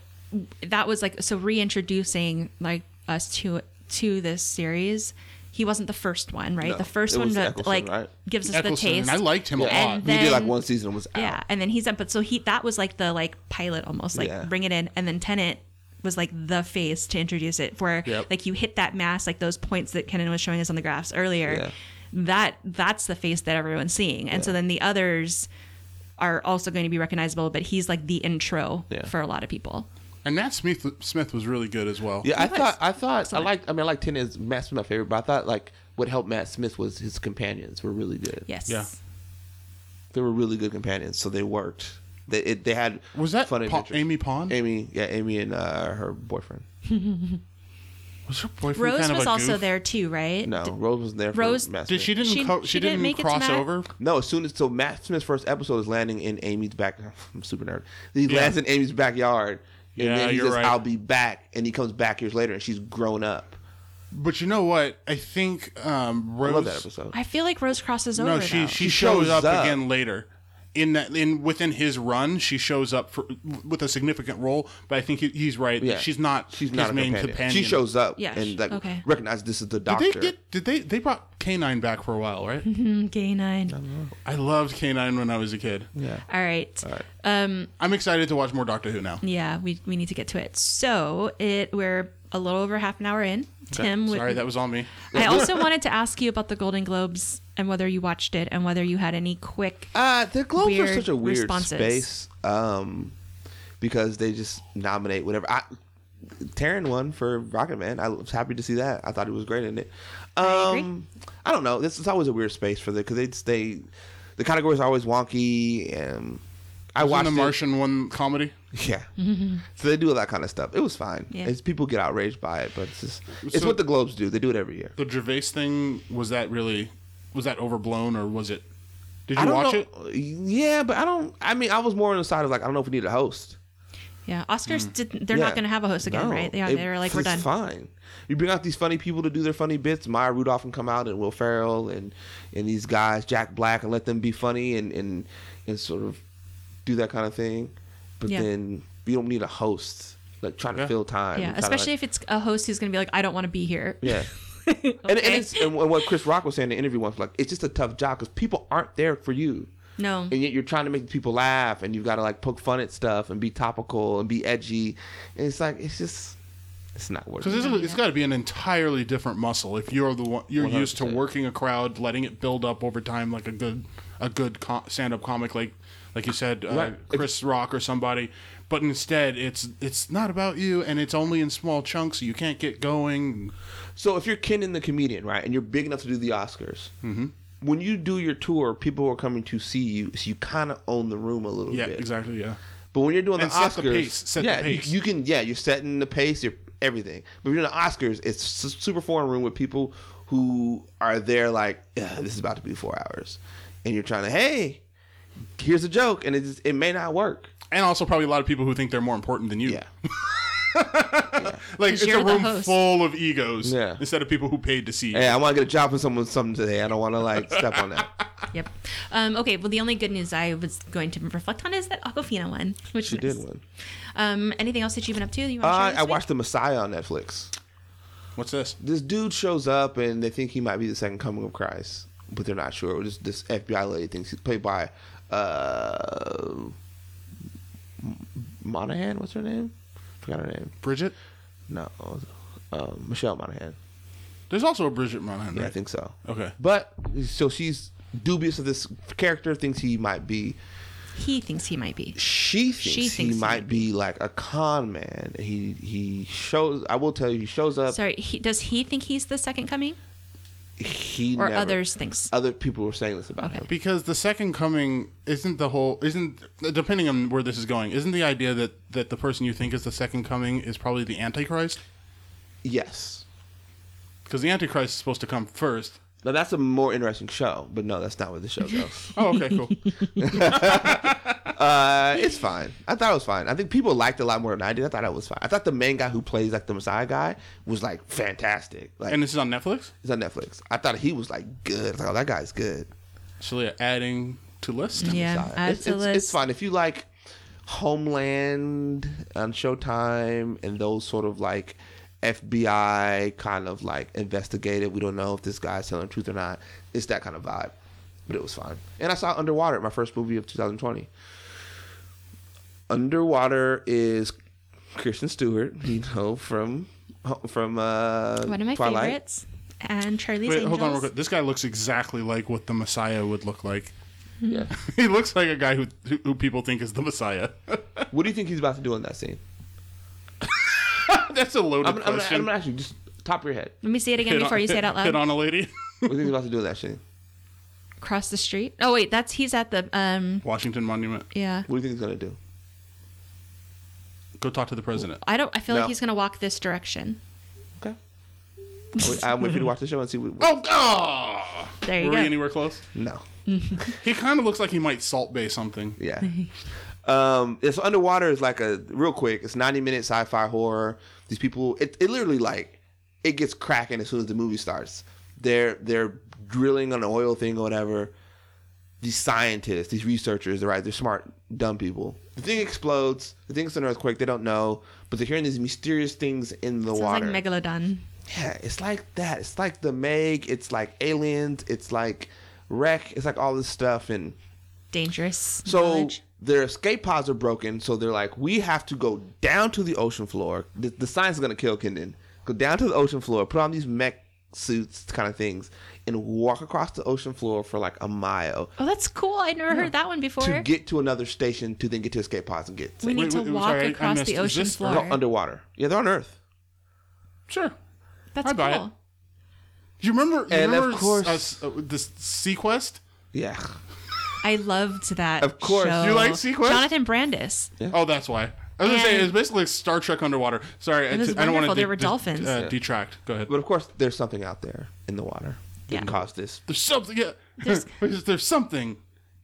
that was like so reintroducing like us to to this series he wasn't the first one right No, the first it one was that Eccleston, like right? gives us Eccleston, the taste and I liked him Yeah. a lot. And he did like then- one season and was out. yeah and then he's up but so he that was like the like pilot almost like Yeah. bring it in and then tenant was like the face to introduce it where Yep. like you hit that mass like those points that Kenan was showing us on the graphs earlier Yeah. that that's the face that everyone's seeing and so then the others are also going to be recognizable but he's like the intro Yeah. for a lot of people And Matt Smith Smith was really good as well. Yeah, I was. thought I thought I like I mean I like ten is Matt Smith my favorite, but I thought like what helped Matt Smith was his companions were really good. yes Yeah. They were really good companions, so they worked. They it, they had Was that fun Pa- adventures. Amy Pond? Amy yeah Amy and uh, her boyfriend. Was her boyfriend Rose kind of was a also goof? there too, right? No, D- Rose was there. For Rose- Matt Did she Smith. didn't She- co- she, she didn't, didn't make it to cross Matt. over? No, as soon as so Matt Smith's first episode is landing in Amy's back. I'm super nerd. He Yeah. lands in Amy's backyard, and Yeah, then he you're says, right. "I'll be back," and he comes back years later, and she's grown up. But you know what? I think um, I Rose. love that episode. I feel like Rose crosses over. No, she though. she, She shows, shows up, up. again later. In that, in within his run, she shows up for with a significant role. But I think he, he's right. yeah, She's not. She's not his a main companion. companion. She shows up Yeah, she- and like okay. recognizes this is the Did doctor. they get? Did they? They brought Canine back for a while, right? gay nine. I loved Canine when I was a kid. yeah. All right. I'm excited to watch more Doctor Who now. Yeah, we we need to get to it. So it we're a little over half an hour in. Tim, would- Sorry, that was on me. I also wanted to ask you about the Golden Globes and whether you watched it and whether you had any quick. Uh, the Globes weird are such a weird responses. space um, because they just nominate whatever. I, Taryn won for Rocket Man. I was happy to see that. I thought he was great in it. Um, I, agree. don't know. This is always a weird space for the because they they the categories are always wonky and I Wasn't watched the it- Martian one comedy. Yeah, so they do that kind of stuff. It was fine. Yeah. It's people get outraged by it, but it's just it's So- what the Globes do. They do it every year. The Gervais thing was that really was that overblown or was it? Did I you don't watch know- it? Yeah, but I don't. I mean, I was more on the side of like I don't know if we need a host. Yeah, Oscars didn't. They're Mm. Yeah. not going to have a host again, No, right? Yeah, it- they were like, we're it's done. Fine. You bring out these funny people to do their funny bits. Maya Rudolph can come out, and Will Ferrell, and and these guys, Jack Black, and let them be funny and and and sort of do that kind of thing. But Yeah. then you don't need a host like trying Yeah. to fill time. Yeah, especially if it's a host who's going to be like, I don't want to be here. yeah. And, and, it's, and what Chris Rock was saying in the interview once, like it's just a tough job because people aren't there for you, No. and yet you're trying to make people laugh, and you've got to like poke fun at stuff and be topical and be edgy, and it's like it's just it's not worth. it. Because it's, it's got to be an entirely different muscle if you're the one you're used to 100%. working a crowd, letting it build up over time like a good a good co- stand up comic like like you said uh, Right. If- Chris Rock or somebody. But instead, it's it's not about you, and it's only in small chunks. so You can't get going. So if you're Kenan the comedian, right, and you're big enough to do the Oscars, mm-hmm. when you do your tour, people are coming to see you, so you kind of own the room a little Yeah, bit. exactly. Yeah, But when you're doing And the set Oscars, the pace, set the yeah, you- pace. You, can, yeah, you're setting the pace, you're everything. But when you're doing the Oscars, it's su- super foreign room with people who are there like, "Ugh, this is about to be four hours, and you're trying to, hey, here's a joke, and it just, it may not work. and also probably a lot of people who think they're more important than you. Yeah, like 'Cause it's a you're the room host. full of egos. Yeah. instead of people who paid to see. you. hey, I want to get a job from someone something today. I don't want to like step on that. Yep. Um, okay. Well, the only good news I was going to reflect on is that Aquafina won, which She is did nice. one. Um, anything else that you've been up to? that You want to Uh, I watched The Messiah on Netflix. What's this? this dude shows up and they think he might be the second coming of Christ, but they're not sure. This this FBI lady thinks he's played by uh M- Monahan. What's her name? Forgot her name. Bridget. No, um, Michelle Monahan. There's also a Bridget Monahan. Yeah, I right? think so. Okay. but so she's dubious of this character. Thinks he might be. He thinks he might be. She thinks, She thinks he he might be like a con man. He he shows. I will tell you. He shows up. Sorry. He, does he think he's the second coming, he or never- others thinks? Other people were saying this about Okay. him. Because the second coming isn't the whole isn't depending on where this is going isn't the idea that that the person you think is the second coming is probably the antichrist Yes. because the antichrist is supposed to come first. Now that's a more interesting show, but no, that's not where the show goes. Oh, okay, cool. Uh, it's fine. I thought it was fine. I think people liked it a lot more than I did. I thought it was fine. I thought the main guy who plays like the Messiah guy was like fantastic. Like And this is on Netflix? it's on Netflix. I thought he was like good. I was like, oh, that guy's good. So they're adding to list? Yeah, Messiah. add it's, to it's, list. it's fine if you like Homeland on Showtime and those sort of like FBI kind of like investigative. We don't know if this guy's telling the truth or not. It's that kind of vibe, but it was fine. And I saw Underwater, my first movie of 2020. Underwater is Christian Stewart, you know from from uh, One of my Twilight. favorites. And Charlie's Wait, Angels. hold on real quick. This guy looks exactly like what the Messiah would look like. Yeah. he looks like a guy who, who, who people think is the Messiah. What do you think he's about to do in that scene? That's a loaded I'm, I'm, gonna- question. I'm gonna ask you just top of your head. Let me say it again Hit on- before you say it out Hit loud. on a lady. What do you think he's about to do in that scene? Cross the street. Oh wait, that's he's at the um. Washington Monument. Yeah. What do you think he's gonna do? Go talk to the president. I don't. I feel No. like he's gonna walk this direction. Okay. Wait, I'm waiting for you to watch the show and see. What, Oh, God! There you Were go. we anywhere close? No. He kind of looks like he might salt bay something. Yeah. Um, it's underwater is like a real quick. It's 90 minute sci-fi horror. These people, it, it literally like it gets cracking as soon as the movie starts. They're they're drilling on an oil thing or whatever. These scientists, these researchers, they're right, they're smart, dumb people. The thing explodes. The thing's an earthquake. They don't know, but they're hearing these mysterious things in the Sounds water. like Megalodon. Yeah, it's like that. It's like the Meg. It's like aliens. It's like wreck. It's like all this stuff. And Dangerous. so knowledge. their escape pods are broken. So they're like, we have to go down to the ocean floor. The, the science is gonna kill Kendon. Go down to the ocean floor. Put on these mech suits, kind of things, and walk across the ocean floor for like a mile Oh, that's cool. I never heard that one before. to get to another station to then get to escape pods and get we safe. need Wait, to wait, I'm walk sorry, I- I across missed- the is ocean this- floor. They're underwater. Yeah, they're on Earth. Sure. that's I buy it. cool. You remember? You And of remember course- us, uh, this Sequest. Yeah. I loved that. Of course. show. You like Sequest? Jonathan Brandis. Oh, that's why. I was gonna say And- it's basically Star Trek underwater. Sorry, I was t- I don't want to. wonderful. There were dolphins. Uh, Detract. Go ahead. But of course, there's something out there in the water that Yeah. can cause this. There's something. Yeah. There's- There's, there's something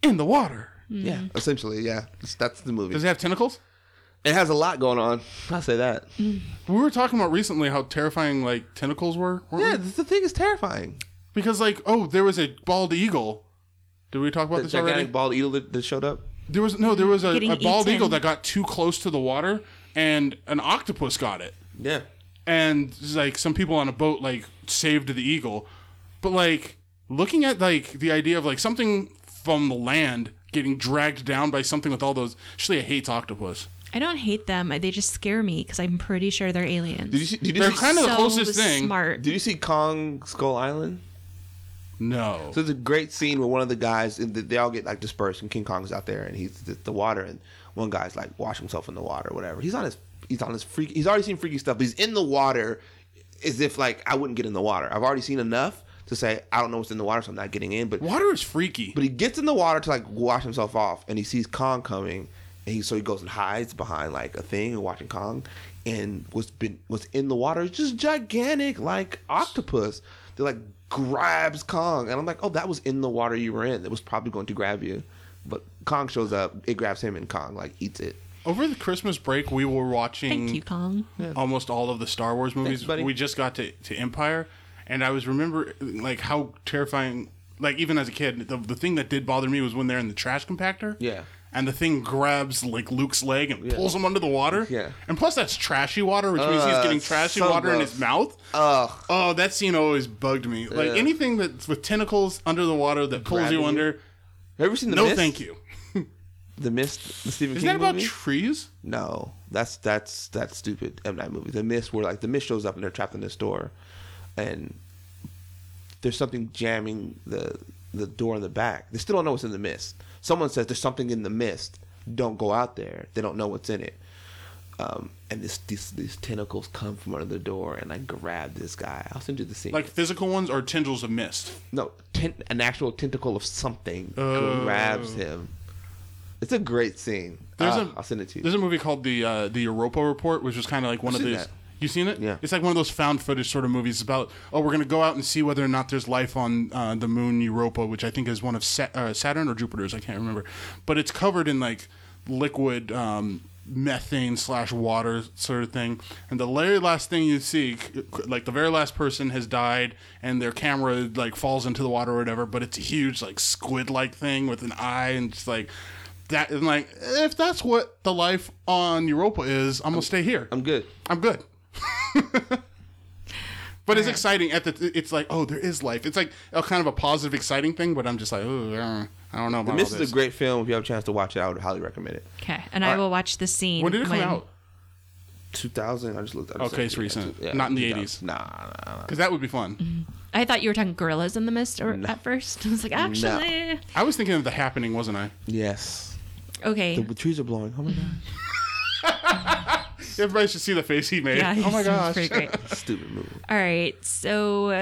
in the water. Yeah, essentially, yeah. That's- That's the movie. Does it have tentacles? Mm-hmm. It Mm-hmm. has a lot going on. I say that. We were talking about recently how terrifying like tentacles were. weren't we? Yeah, this, the thing is terrifying. Because like, oh, there was a bald eagle. Did we talk about The this gigantic already? bald eagle that, that showed up. there was no. There was a, Getting a bald eaten. eagle that got too close to the water, and an octopus got it. Yeah, and like some people on a boat like saved the eagle but like looking at like the idea of like something from the land getting dragged down by something with all those Shlia hates octopus I don't hate them. They just scare me because I'm pretty sure they're aliens. Did you see? Did you they're see, kind of the So closest thing Smart. did you see Kong Skull Island? no So there's a great scene where one of the guys and they all get like dispersed, and King Kong's out there, and he's the, the water, and one guy's like wash himself in the water, or whatever. He's on his he's on his freak. He's already seen freaky stuff, but he's in the water, as if like I wouldn't get in the water. I've already seen enough to say I don't know what's in the water, so I'm not getting in. But water is freaky But he gets in the water to like wash himself off, and he sees Kong coming, and he so he goes and hides behind like a thing and watching Kong, and what's been what's in the water is just gigantic like octopus that like grabs Kong, and I'm like, oh, that was in the water you were in. That was probably going to grab you, but Kong shows up, it grabs him, and Kong like eats it. over the Christmas break we were watching Thank you, Kong. almost all of the Star Wars movies. buddy. we just got to, to Empire, and I was remember like how terrifying. Like even as a kid, the, the thing that did bother me was when they're in the trash compactor. Yeah. And the thing grabs like Luke's leg and pulls him under the water. Yeah. And plus that's trashy water, which means he's Ugh, getting trashy so water in gross. his mouth. Ugh. Oh, that scene always bugged me. Like Ugh. anything that's with tentacles under the water that pulls Grabbing you you. under. Have you ever seen the No, Mist? thank you. The Mist, the Stephen Isn't King that about movie? trees? No, that's that's that's stupid M Night movie. The Mist, where like the Mist shows up and they're trapped in this door, and there's something jamming the the door in the back. They still don't know what's in the mist. Someone says there's something in the mist. Don't go out there. They don't know what's in it. Um, and this, these these tentacles come from under the door and I grab this guy. I'll send you the scene. Like physical ones or tendrils of mist? no, tent, an actual tentacle of something Oh. grabs him. It's a great scene. There's Ah, a I'll send it to you. There's a movie called the uh, the Europa Report, which was kind of like one I've of seen these. that. You seen it? Yeah. It's like one of those found footage sort of movies about oh we're gonna go out and see whether or not there's life on uh, the moon Europa, which I think is one of Sa- uh, Saturn or Jupiter's. I can't remember, but it's covered in like liquid um, methane slash water sort of thing. And the very last thing you see, c- c- like the very last person has died, and their camera like falls into the water or whatever. But it's a huge like squid like thing with an eye, and it's like that. And like if that's what the life on Europa is, I'm gonna stay here. I'm good. I'm good. but it's exciting. At the, it's like, oh, there is life. It's like a kind of a positive, exciting thing. But I'm just like, oh, I don't- I don't know about And this. this is a great film. If you have a chance to watch it, I would highly recommend it. Okay, and I will watch the scene. when did it come out? 2000. I just looked. I just Okay, looked it's it up. recent. Yeah, Not in the 2000. 80s. Nah, nah, nah. Because that would be fun. I thought you were talking gorillas in the mist, or at first I was like, actually, I was thinking of the happening, wasn't I? Yes. okay. The trees are blowing. Oh my god. Everybody should see the face he made. yeah, oh my it's gosh. pretty great. Stupid movie. All right, so uh,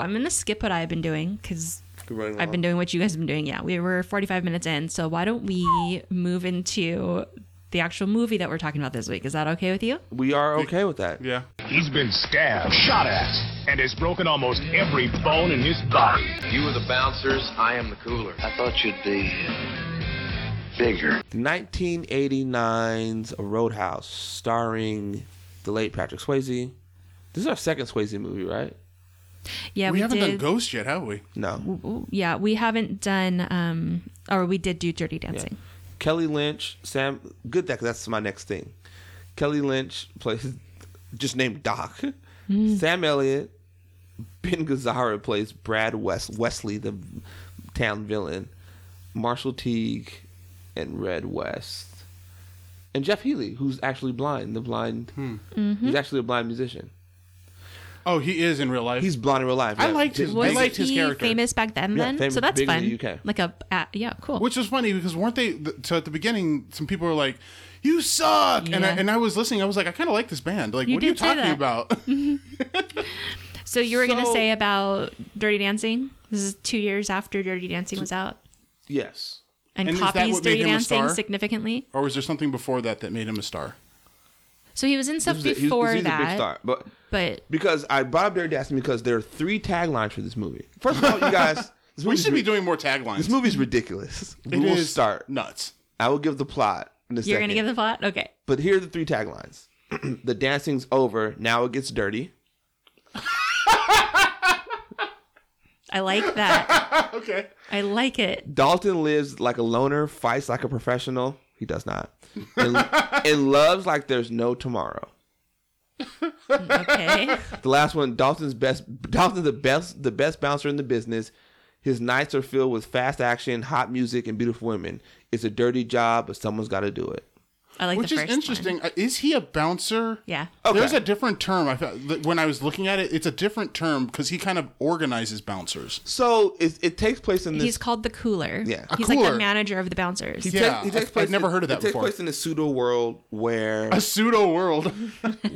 I'm gonna skip what I've been doing because We're running I've been doing what you guys have been doing. Yeah, we were 45 minutes in, so why don't we move into the actual movie that we're talking about this week? Is that okay with you? long. We are okay with that. yeah. He's been stabbed, shot at, and has broken almost every bone in his body. You were the bouncers, I am the cooler. I thought you'd be bigger. 1989's Roadhouse, starring the late Patrick Swayze. This is our second Swayze movie, right? Yeah, We, we, haven't done did. Ghost yet, have we? No. Ooh, yeah, we haven't done. Um, or we did do Dirty Dancing. Kelly Lynch, Sam. Good that 'cause that's my next thing. Kelly Lynch plays just named Doc. Hmm. Sam Elliott, Ben Gazzara plays Brad West Wesley, the town villain. Marshall Teague and Red West, and Jeff Healy, who's actually blind. The blind, Hmm. Mm-hmm. he's actually a blind musician. Oh, he is in real life. He's blind in real life. I yeah. liked his- I Was liked his he character. famous back then? Yeah, then famous, so that's big in fun. the UK. Like a uh, yeah, cool. Which is funny because weren't they? th- So at the beginning, some people were like, "You suck," and I, Yeah. and I was listening. I was like, "I kind of like this band. Like, You what are you did say talking that. about?" so you were gonna so- say about Dirty Dancing? This is two years after Dirty Dancing was out, Yes. and, And is that copies what made Dirty him a Dancing star? significantly. or was there something before that that made him a star? So he was in stuff This is a- he's- before he's that, a big star. But but because I brought up Dirty Dancing because there are three taglines for this movie. First of all, you guys, this We movie's should be ri- doing more taglines. This movie's ridiculous. We It will is start. nuts. I will give the plot. In a you're second. gonna give the plot. Okay, But here are the three taglines. the dancing's over. Now it gets dirty. I like that. Okay. I like it. Dalton lives like a loner, fights like a professional. He does not. And, and loves like there's no tomorrow. Okay, The last one, Dalton's best. Dalton's the best, the best bouncer in the business. His nights are filled with fast action, hot music, and beautiful women. It's a dirty job, but someone's got to do it. I like Which the is first interesting. One. Uh, Is he a bouncer? Yeah. Okay. There's a different term. I felt th- when I was looking at it, it's a different term because he kind of organizes bouncers. So it, it takes place in this. He's called the cooler. Yeah. A he's like cooler. the manager of the bouncers. it Yeah. ta- it I've- I've never heard of that It takes before. place in a pseudo world where A pseudo world.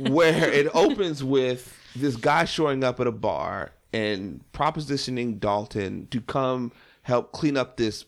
where it opens with this guy showing up at a bar and propositioning Dalton to come help clean up this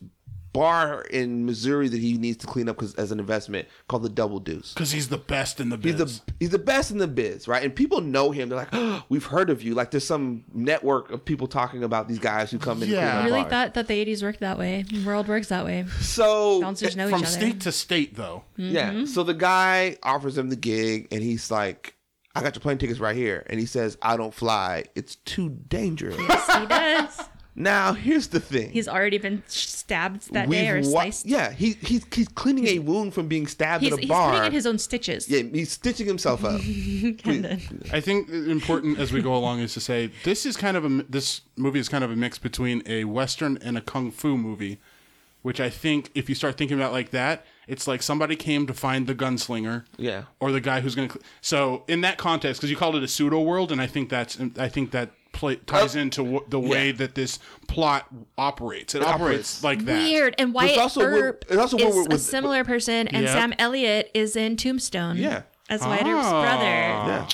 bar in Missouri that he needs to clean up 'cause- as an investment called the Double Deuce. Because he's the best in the He's biz. the he's the best in the biz, right? And people know him. They're like, oh, we've heard of you. Like there's some network of people talking about these guys who come in. Yeah. Yeah, I and really clean really up bars. thought that the 80s worked that way. World works that way. so Bouncers know each From other. state to state, though. mm-hmm. Yeah. So the guy offers him the gig and he's like, I got your plane tickets right here. And he says, I don't fly. It's too dangerous. yes, he does. now, here's the thing. He's already been stabbed that We've day or wa- sliced. Yeah, he, he's, he's cleaning a wound from being stabbed He's, at a he's bar. putting in his own stitches. yeah, he's stitching himself up. Kendon. I think important as we go along is to say this is kind of a mi- this movie is kind of a mix between a western and a kung fu movie, which I think if you start thinking about it like that, it's like somebody came to find the gunslinger, Yeah. or the guy who's going to. So in that context, because you called it a pseudo world, and I think that's I think that play, Oh, ties into w- the way that this plot operates. It, operates, operates. like that. Weird. And Wyatt also where- Earp it's also where is we're- a with- similar person, and Yeah. Sam Elliott is in Tombstone. Yeah. As Wyatt Earp's Ah. brother. Yeah.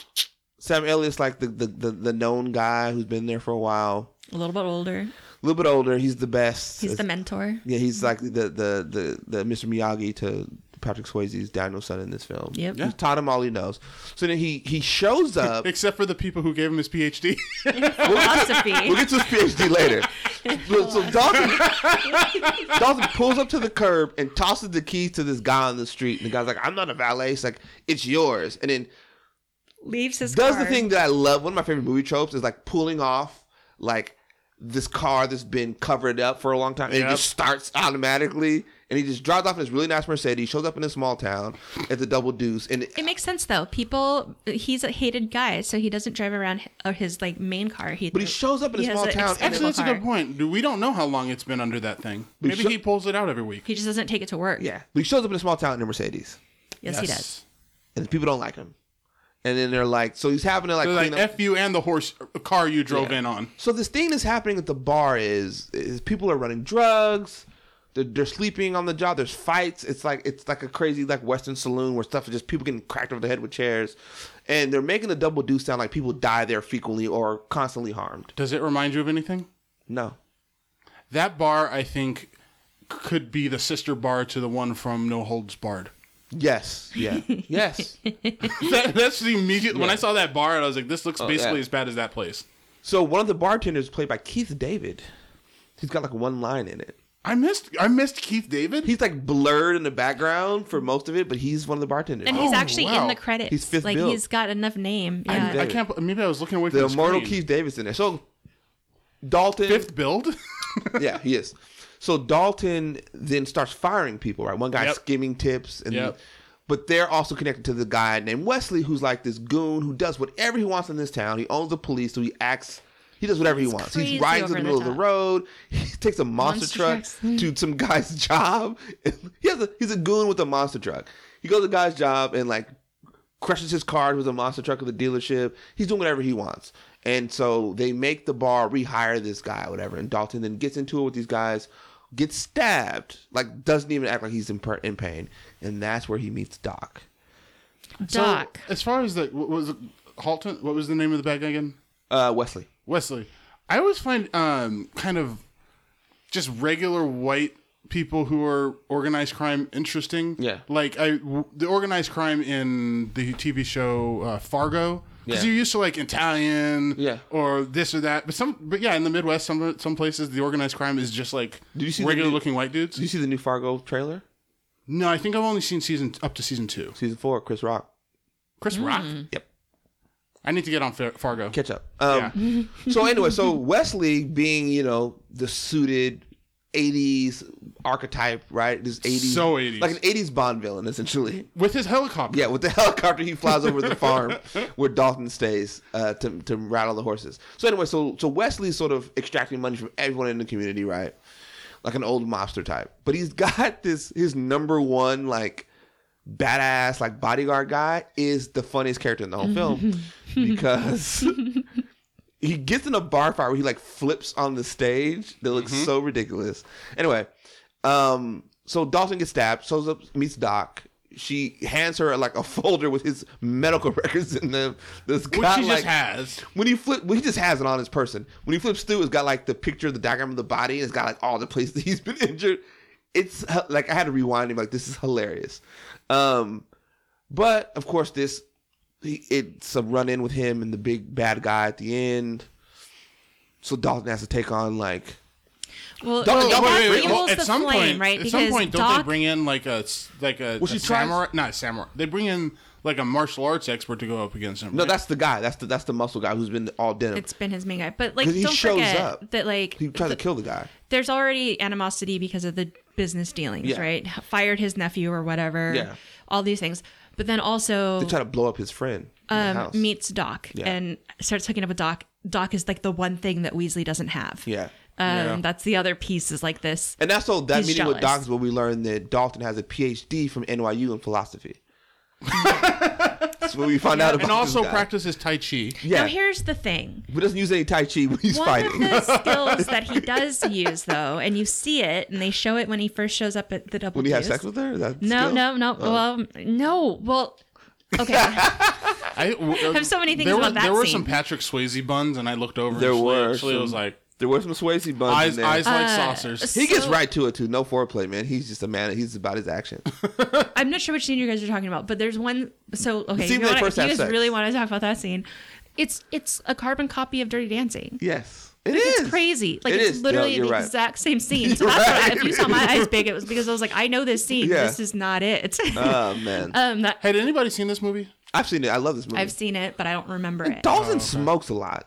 Sam Elliott's like the, the, the, the known guy who's been there for a while. A little bit older. A little bit older. He's the best. He's the mentor. yeah, he's like the, the, the, the Mr. Miyagi to Patrick Swayze's Daniel Sun in this film. Yep. He taught him all he knows. So then he he shows up. Except for the people who gave him his PhD. We'll Philosophy. get to his PhD later. so, so Dawson, Dawson pulls up to the curb and tosses the keys to this guy on the street. And the guy's like, I'm not a valet. It's like, it's yours. And then Leaves his does car. the thing that I love. One of my favorite movie tropes is like pulling off like this car that's been covered up for a long time, and it Yep. just starts automatically. And he just drives off in this really nice Mercedes, shows up in a small town at the Double Deuce, and It makes sense though. People, he's a hated guy, so he doesn't drive around hi- or his like main car. He But he shows up in a has small an town and expensive Actually, that's a car. good point. Do- We don't know how long it's been under that thing. We Maybe should- he pulls it out every week. He just doesn't take it to work. yeah, he shows up in a small town in a Mercedes, Yes, he does. and people don't like him. And then they're like, so he's having to like, They're like clean up- f you and the horse uh, car you drove in on. So this thing that's happening at the bar is is people are running drugs. They're, they're sleeping on the job. There's fights. It's like it's like a crazy like Western saloon where stuff is just people getting cracked over the head with chairs, and they're making the double do sound like people die there frequently or constantly harmed. Does it remind you of anything? No, That bar, I think, could be the sister bar to the one from No Holds Barred. yes, yeah, yes. that, that's the immediate. When I saw that bar, I was like, "This looks basically Oh, yeah. as bad as that place." So one of the bartenders is played by Keith David. He's got like one line in it. I missed. I missed Keith David. He's like blurred in the background for most of it, but he's one of the bartenders. And he's Oh, actually wow. in the credits. He's fifth like billed. he's got enough name. I- Yeah. I can't. bel- Maybe I was looking away from the the, immortal screen. Keith David's in there. So Dalton Fifth build. yeah, he is. So Dalton then starts firing people, right? One guy's Yep. skimming tips, and Yep. but they're also connected to the guy named Wesley, who's like this goon who does whatever he wants in this town. He owns the police, so he acts. He does whatever he wants. He crazy rides in the over the middle of the top. road. He takes a monster, Monster truck trucks. to some guy's job. He has a, he's a goon with a monster truck. He goes to the guy's job and like crushes his cars with a monster truck at the dealership. He's doing whatever he wants. And so they make the bar rehire this guy, or whatever. And Dalton then gets into it with these guys, gets stabbed, like doesn't even act like he's in, per- in pain. And that's where he meets Doc. Doc. So, as far as the what was it, Halton? What was the name of the bad guy again? Uh, Wesley. Wesley. I always find um, kind of just regular white people who are organized crime interesting. Yeah. Like I, w- the organized crime in the TV show uh, Fargo. Because Yeah. you're used to like Italian, Yeah. or this or that, but some, but yeah, in the Midwest, some some places the organized crime is just like Did you see the regular new- looking white dudes. Did you see the new Fargo trailer? no, I think I've only seen season up to season two. Season four, Chris Rock. Chris Rock. Yep. I need to get on Far- Fargo. Catch up. Um, yeah. so anyway, so Wesley being you know the suited '80s archetype, right? This '80s, So 80s. like an '80s Bond villain, essentially. With his helicopter. Yeah, with the helicopter, he flies over the farm where Dalton stays uh, to to rattle the horses. So anyway, so so Wesley's sort of extracting money from everyone in the community, right? Like an old mobster type, but he's got this his number one like badass like bodyguard guy is the funniest character in the whole film because he gets in a bar fight where he like flips on the stage that looks Mm-hmm. so ridiculous anyway um so dalton gets stabbed shows up meets doc she hands her like a folder with his medical records in them this Which guy he like just has. when he flip, well, he just has it on his person. When he flips through, it's got like the picture of the diagram of the body, and it's got like all the places that he's been injured. It's h- like I had to rewind him. Like this is hilarious. Um, but of course, this he, it's a run in with him and the big bad guy at the end. So Dalton has to take on like well, Doc- Doc Doc- wait, wait, wait, fuels at the some flame, point, right? At Because some point, don't Doc, they bring in like a s- like a, Well, she a tries- samurai? Not samurai. They bring in like a martial arts expert to go up against him. no, right? that's the guy. That's the that's the muscle guy who's been all denim. it's been his main guy, but like 'Cause he don't shows forget up. that like he tries to kill the guy. there's already animosity because of the business dealings, Yeah. right? Fired his nephew or whatever. Yeah. All these things. But then also They try to blow up his friend. in the um, house. meets Doc Yeah. and starts hooking up with Doc. Doc is like the one thing that Weasley doesn't have. yeah. Um, Yeah. That's the other piece is like this. And that's all that He's meeting with jealous. Doc is where we learned that Dalton has a PhD from NYU in philosophy. that's where we find out about and also this guy. practices tai chi. Yeah, Now here's the thing. but doesn't use any Tai Chi when he's One fighting. of the skills that he does use though, and you see it, and they show it when he first shows up at the double. when he has Deuce. sex with her? Is That No, skill? Oh. no, no. Well, no. Well, okay. I, w- have so many things there about were, that There were scene. some Patrick Swayze buns, and I looked over. There and Shle- were Shle was some- like, There were some Swayze buns Eyes, in there. eyes like Uh, saucers. he gets So- right to it too. No foreplay, man. He's just a man. He's about his action. I'm not sure which scene you guys are talking about, but there's one. So okay, you, scene know where they what? first You have guys sex. really want to talk about that scene? It's it's a carbon copy of Dirty Dancing. yes, it It's is. crazy. Like It it's is. No, literally you're the right. exact same scene. So You're that's why right. if you saw my eyes big, it was because I was like, I know this scene. Yeah. This is not it. Oh man, um, that, Had anybody seen this movie? I've seen it. I love this movie. I've seen it, but I don't remember it. Oh, Dawson smokes a lot.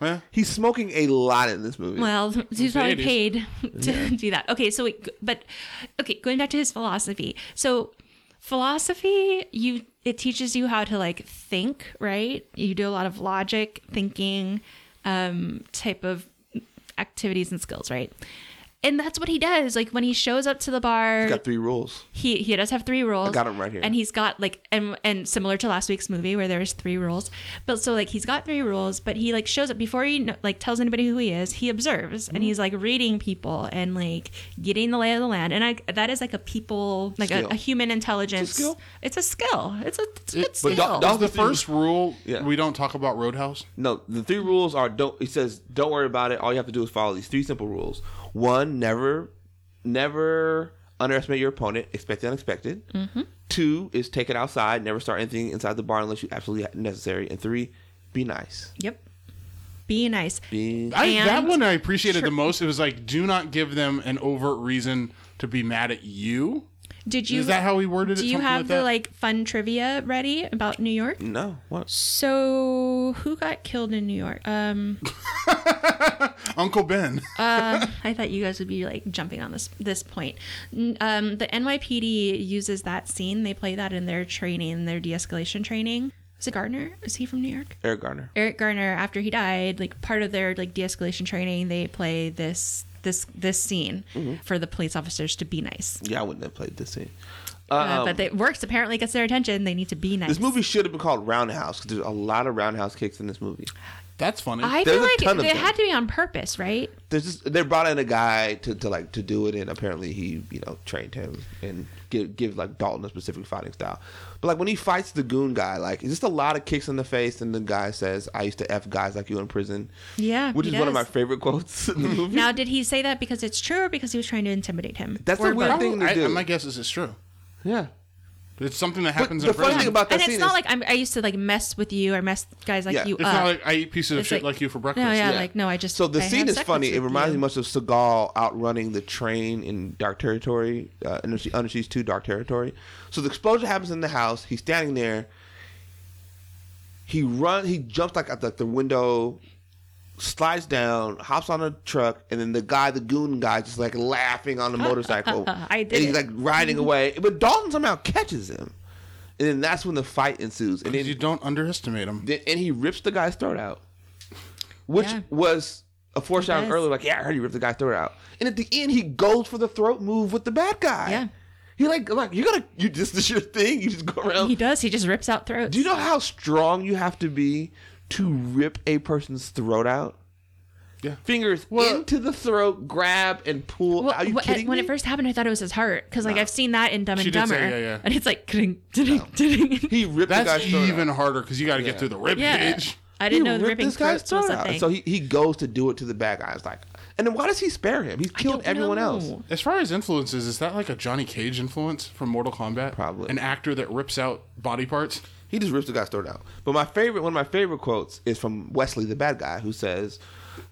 Yeah. He's smoking a lot in this movie. Well, he's probably 80s. paid to do that. Okay, so wait, g- but okay, going back to his philosophy. So philosophy, you it teaches you how to like think, right? You do a lot of logic, thinking, um, type of activities and skills, right? And that's what he does. Like when he shows up to the bar, Got three rules. he he does have three rules. I got 'em right here. And he's got like and and similar to last week's movie where there was three rules, but so like he's got three rules, but he like shows up before he kn- like tells anybody who he is. He observes and he's like reading people and like getting the lay of the land. And I that is like a people like a, Skill. a human intelligence. skill. It's a skill. It's a it's a good but skill. Dol- Dol- Is the first rule Yeah. we don't talk about Roadhouse? No, the three rules are don't. He says don't worry about it. All you have to do is follow these three simple rules. One, never, never underestimate your opponent. Expect the unexpected. Mm-hmm. Two is take it outside. Never start anything inside the bar unless you absolutely ha- necessary. And three, be nice. yep. Be nice. Be I, that And- one I appreciated the most. It was like, do not give them an overt reason to be mad at you. Did you Is that how we worded it? Do you Something have like the that? like fun trivia ready about New York? no. What? So who got killed in New York? Um Uncle Ben. Uh, I thought you guys would be like jumping on this this point. N- Um, the NYPD uses that scene. They play that in their training, their de-escalation training. Is it Gardner? Is he from New York? Eric Garner. Eric Garner. After he died, like part of their like de-escalation training, they play this this this scene Mm-hmm. for the police officers to be nice. Yeah, I wouldn't have played this scene. uh, but it works. Apparently, gets their attention. They need to be nice. Oh. This movie should have been called Roundhouse 'cause there's a lot of roundhouse kicks in this movie. That's funny. I There's feel a like ton of it them. had to be on purpose, right? There's just they brought in a guy to, to like to do it, and apparently he you know trained him and give give like Dalton a specific fighting style. But like when he fights the goon guy, like it's just a lot of kicks in the face, and the guy says, "I used to f guys like you in prison." Yeah, which is he one of my does. favorite quotes in the movie. Now, did he say that because it's true, or because he was trying to intimidate him? That's Or the weird both? thing to I, do. my guess is it's true. yeah, It's something that but happens the in prison. funny thing about that and scene it's not is like I'm, I used to like mess with you or mess guys like Yeah. you It's it's up. not like I eat pieces of It's shit like- like, you for breakfast. no, yeah, Yeah. like no, I just. So the I scene have is sex funny. with It reminds you. me much of Seagal outrunning the train in Dark Territory, uh, under, Under Siege 2 Dark Territory. So the explosion happens in the house. He's standing there. He run. He jumps like out the, the window, slides down, hops on a truck, and then the guy, the goon guy, just like laughing on the motorcycle. I did And he's it. Mm-hmm. like riding away, but Dalton somehow catches him, and then that's when the fight ensues. And then You don't underestimate them. then, and he rips the guy's throat out, which Yeah. was a foreshadowing does. earlier. Like, yeah, I heard you ripped the guy's throat out. And at the end, he goes for the throat move with the bad guy. Yeah. he like like you gotta you just this your thing. You just go He around. does. He just rips out throats. Do you know how strong you have to be to rip a person's throat out? Yeah. Fingers Well- into the throat, grab and pull. Well, Are you wh- kidding when me? it first happened, I thought it was his heart because like I've seen that in Dumb and She did Dumber, say, yeah, yeah. and it's like, ding, ding, ding. he ripped the That's guy's throat even out. harder because you got to get through the rib yeah. cage. I He didn't know the ripped ripping this guy's throats was throat a out. thing. So he, he goes to do it to the bad guy. It's like, and then why does he spare him? He's I don't killed everyone know. else. As far as influences, is that like a Johnny Cage influence from Mortal Kombat? Probably. An actor that rips out body parts? He just rips the guy's throat out. But my favorite, one of my favorite quotes is from Wesley, the bad guy, who says,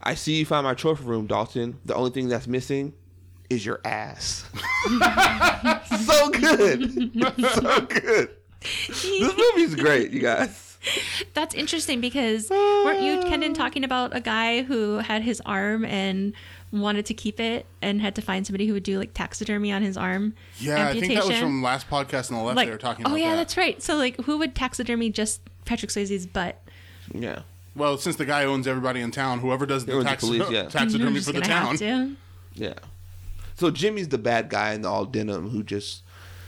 "I see you found my trophy room, Dalton. The only thing that's missing is your ass." so good, so good. This movie's great, you guys. That's interesting because weren't you Kendon talking about a guy who had his arm and wanted to keep it and had to find somebody who would do like taxidermy on his arm? Yeah, I think that was amputation? from last podcast on the left. like they were talking oh about yeah that. that's right so like who would taxidermy just patrick swayze's butt Yeah, Well, since the guy owns everybody in town, whoever does the owns the tax- police, yeah. You're taxidermy just for the gonna have town. to. yeah. So Jimmy's the bad guy in the all denim who just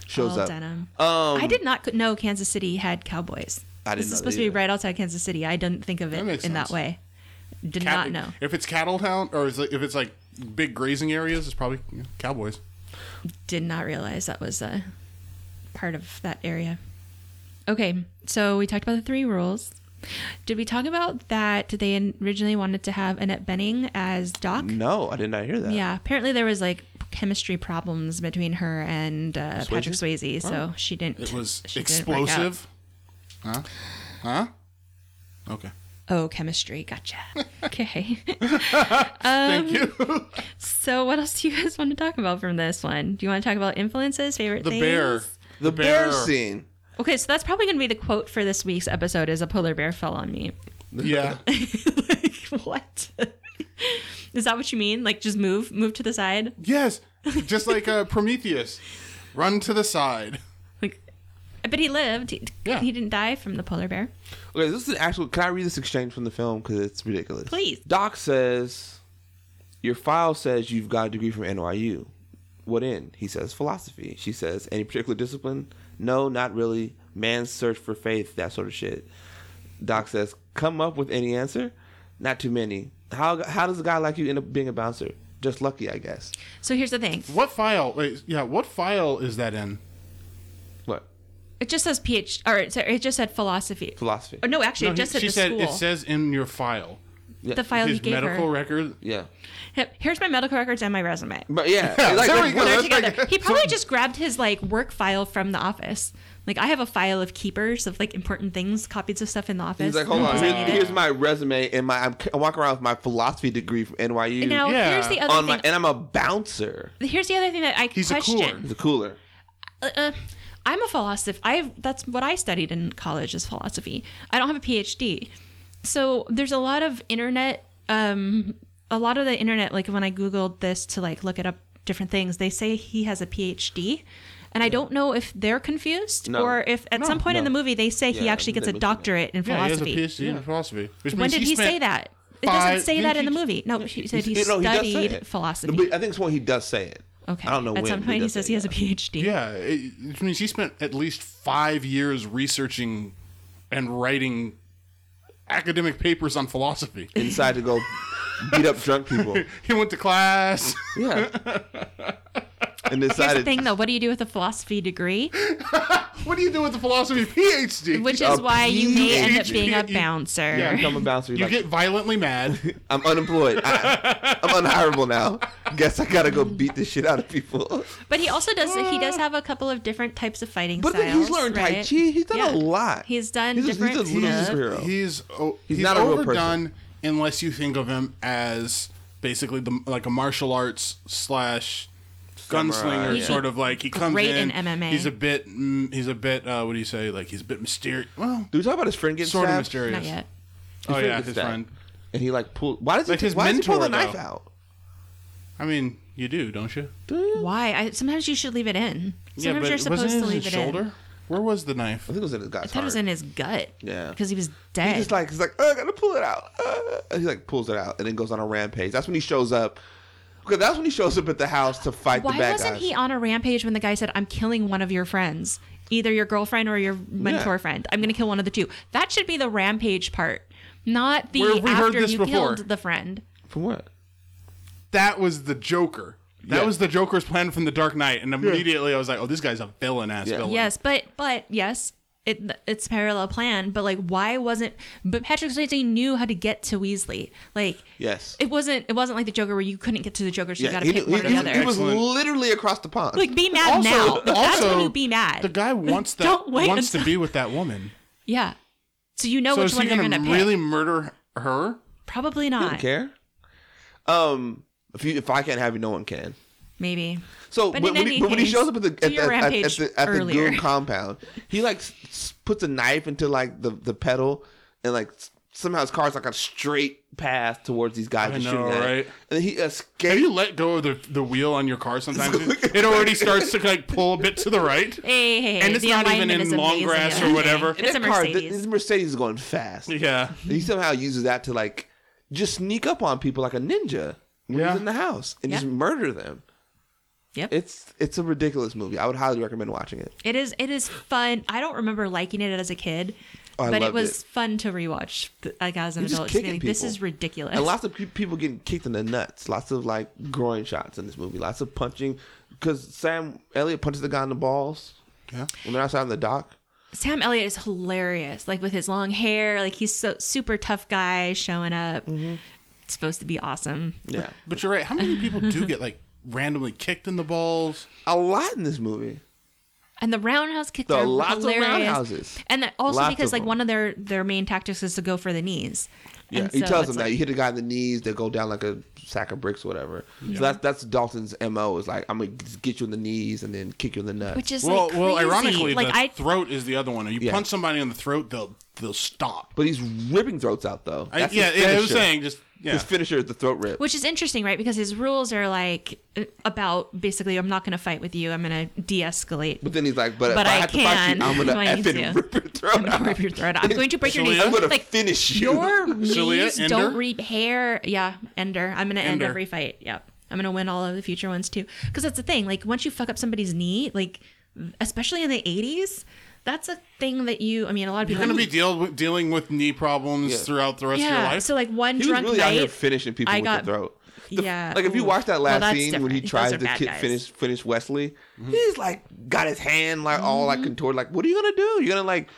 shows All up. denim. Um, i did not know kansas city had cowboys I didn't this know is supposed that to be either. right outside kansas city i didn't think of it That makes in that sense. way did not Cat- know If it's cattle town, or is it- if it's like big grazing areas, it's probably you know, cowboys. did not realize that was a part of that area okay so we talked about the three rules Did we talk about that they originally wanted to have Annette Benning as Doc? No, I did not hear that. Yeah, apparently there was like chemistry problems between her and uh, Patrick Swayze, so she didn't. It was she didn't work out. explosive. Huh? Huh? Okay. Oh, chemistry. Gotcha. Okay. Um, Thank you. so, what else do you guys want to talk about from this one? Do you want to talk about influences, favorite The things? bear. The bear scene. Okay, so that's probably going to be the quote for this week's episode is a polar bear fell on me. Yeah. like, what? is that what you mean? Like just move, move to the side? yes. Just like uh, Prometheus. Run to the side. Like but he lived. He, Yeah. he didn't die from the polar bear. Okay, this is an actual. Can I read this exchange from the film? Because it's ridiculous. Please. Doc says, Your file says you've got a degree from NYU. What in? He says, Philosophy. She says, Any particular discipline? No, not really. Man's search for faith, that sort of shit. Doc says, Come up with any answer? Not too many. How, how does a guy like you end up being a bouncer? Just lucky, I guess. So here's the thing. What file? Wait, yeah, what file is that in? What? It just says PH or it- sorry, it just said philosophy. Philosophy. Or Oh, no, actually No, it he- just said she the said school. it says in your file. the file he His gave medical her. record. Yeah. Here- Here's my medical records and my resume. But yeah. it's like- there we go. what- They're That's together. like- he probably just grabbed his like work file from the office. Like I have a file of keepers of like important things, copies of stuff in the office. He's like, hold on. things I Here's, needed. here's my resume and my. I'm, I'm walking around with my philosophy degree from NYU. Now Yeah. here's the other on thing. my, and I'm a bouncer. here's the other thing that I He's a question. The cooler. Uh, uh, I'm a philosopher. I that's what I studied in college is philosophy. I don't have a PhD, so there's a lot of internet. Um, a lot of the internet, like when I googled this to like look it up different things, they say he has a PhD. And I don't know if they're confused No. or if at some point in the movie they say he Yeah, actually gets they a mention that. doctorate in Yeah, he has a philosophy. PhD in philosophy. which when means did he, say spent- that? It five- doesn't say didn't that in the he- movie. No, he said he Yeah, no, does say studied it. philosophy. But I think it's when he does say it. okay. I don't know At when. some but point he does says say he has a it. PhD. Yeah, it, which means he spent at least five years researching and writing academic papers on philosophy. Inside to go beat up drunk people. He went to class. Yeah. And Here's the decided thing, though. What do you do with a philosophy degree? what do you do with the philosophy PhD? Which A is why you may end up PhD. being a bouncer. Yeah. become a bouncer. you Like, get violently mad. I'm unemployed. I, I'm unhirable now. Guess I gotta go beat the shit out of people. But he also does. He does have a couple of different types of fighting Ah. But then styles. he's learned Tai right? Chi. He's done Yeah. a lot. He's done He's a- he's different. a little stuff. superhero. Hero. He's oh, He's he's, not a real person. overdone unless you think of him as basically the like a martial arts slash Samurai, gunslinger yeah. sort of like he comes Great in, in MMA. He's a bit mm, he's a bit uh, what do you say like he's a bit mysterious. Well, Do we talk about his friend getting sort of stabbed? mysterious. Not yet. Oh friend yeah, gets his stabbed. friend. And he like pulled. Why does he? Like his why does he pull the mentor, knife though. out? I mean, you do, don't you? Why? I, sometimes you should leave it in. Sometimes you're supposed wasn't to it in leave his it shoulder? in. Where was the knife? I think it was in his guy's I thought it was in his gut. Yeah. Because he was He's dead. just like he's like, oh, I gotta pull it out. Uh, and he like pulls it out and then goes on a rampage. That's when he shows up. Because that's when he shows up at the house to fight why the bad wasn't guys. he on a rampage when the guy said, "I'm killing one of your friends, either your girlfriend or your mentor friend. I'm going to kill one of the two. That should be the rampage part, not the Where have we heard after this you before? killed the friend. From what? that was the Joker. That Yeah. was the Joker's plan from The Dark Knight, and immediately I was like, "Oh, this guy's a villain ass Yeah. villain." Yes, but but yes, it it's parallel plan. But like, why wasn't? But Patrick Swayze knew how to get to Weasley. Like, Yes. it wasn't it wasn't like the Joker where you couldn't get to the Joker, so you got he, to pick he- one or he- the other. he was literally across the pond. like, be mad Also, now. also, That's when you be mad. The guy wants that Don't wait wants to until- be with that woman. yeah. So you know So which is one he you're gonna, gonna pick. really murder her? Probably I don't not. care. Um, if you if I can't have you, no one can. Maybe. So But when, in when, any he, but when he case, shows up at the do at the, your at, at rampage the, at the earlier. goon compound, he like s- s- puts a knife into like the the pedal and like s- somehow his car's like a straight path towards these guys. I he's know, shooting at. right? And then he Have escapes. you let go of the, the wheel on your car sometimes? it already starts to like pull a bit to the right. Hey, hey, hey. And it's the not even alignment in is long amazing. grass or Okay. whatever. It's a that car- Mercedes. this Mercedes is going fast. Yeah. And he somehow uses that to like just sneak up on people like a ninja when Yeah. he's in the house and just Yeah. murder them. Yep. It's it's a ridiculous movie. I would highly recommend watching it. It is. It is fun. I don't remember liking it as a kid, Oh, I but it loved was it. fun to rewatch. th- Like as an He's just adult, just being kicking like, this people. is ridiculous. And lots of pe- people getting kicked in the nuts. Lots of like groin shots in this movie. Lots of punching because Sam Elliott punches the guy in the balls Yeah. when they're outside on the dock. Sam Elliott is hilarious. Like with his long hair, like he's so super tough guy showing up. Mm-hmm. It's supposed to be awesome. Yeah, But you're right. How many people do get like randomly kicked in the balls? a lot in this movie. And the roundhouse kicks The are lots of hilarious. roundhouses. And that also Lots because of like them. one of their their main tactics is to go for the knees. Yeah, And he so tells it's them that like- you hit a guy in the knees, they go down like a sack of bricks, or whatever. So that's that's Dalton's mo. Is like I'm gonna get you in the knees and then kick you in the nuts. which is well, like well, crazy. ironically, like the I throat is the other one. You Yeah. punch somebody in the throat, they'll they'll stop. but he's ripping throats out though. I, That's his yeah, yeah, I was finisher. saying just yeah. His finisher is the throat rip. which is interesting, right? Because his rules are like uh, about basically, I'm not going to fight with you. I'm going to de-escalate. but then he's like, but, uh, But if I, I have can. to fight you, I'm gonna So I need effing to. rip your throat I'm going out. to rip your throat. out. I'm going to break your knees. I'm gonna like finish you. your knees Ender? don't repair. Yeah, Ender. I'm going to end Ender. every fight. Yep. I'm going to win all of the future ones too. Because that's the thing. Like once you fuck up somebody's knee, like especially in the 80s, that's a thing that you. I mean, a lot of people You're going to be deal with, dealing with knee problems Yeah. throughout the rest of your yeah. life. So like one he was drunk really out here night. finishing people I with got- the throat. The- yeah. Like if you Ooh. watch that Well, last that's scene when different. he Those tries are to bad ki- guys. finish finish Wesley, Mm-hmm. he's like got his hand like all Mm-hmm. like contort. Like what are you gonna do? You're gonna like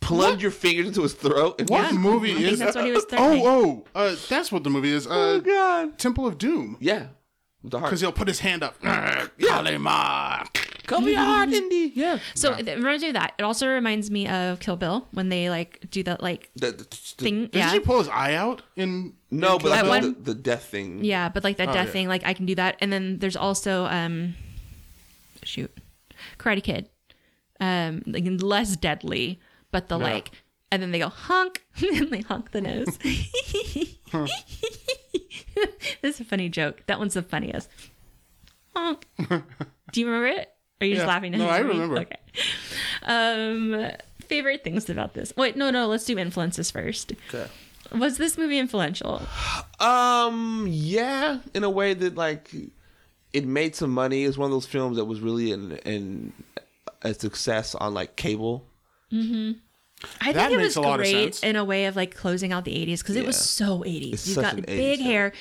plunge your fingers into his throat? And what movie I think is that's what he was threatening. Oh, oh, uh, that's what the movie is. Uh, Oh God. Temple of Doom. Yeah. The heart. Because he'll put his hand up. Kalima. Cover your heart, Indy. Yeah. So it reminds me of that. It also reminds me of Kill Bill when they like do that like The- the- the- thing. Did yeah. he pull his eye out? In No, but like That the, one? the death thing. Mm-hmm. Yeah, but like Oh, that death thing, like I can do that. And then there's also um shoot. Karate Kid. Um like less deadly, but the like and then they go honk and they honk the nose. this is a funny joke. That one's the funniest. Honk. do you remember it? Or are you just Yeah. laughing at No, me? I remember. Okay. Um favorite things about this. Wait, no, no, let's do influences first. Okay. Was this movie influential? Um. Yeah. In a way that like it made some money. It's one of those films that was really an, an a success on like cable. I That think it makes was a lot of sense. great in a way of like closing out the 80s because it was Yeah. so 80s. It's You've such got an 80s big film. hair.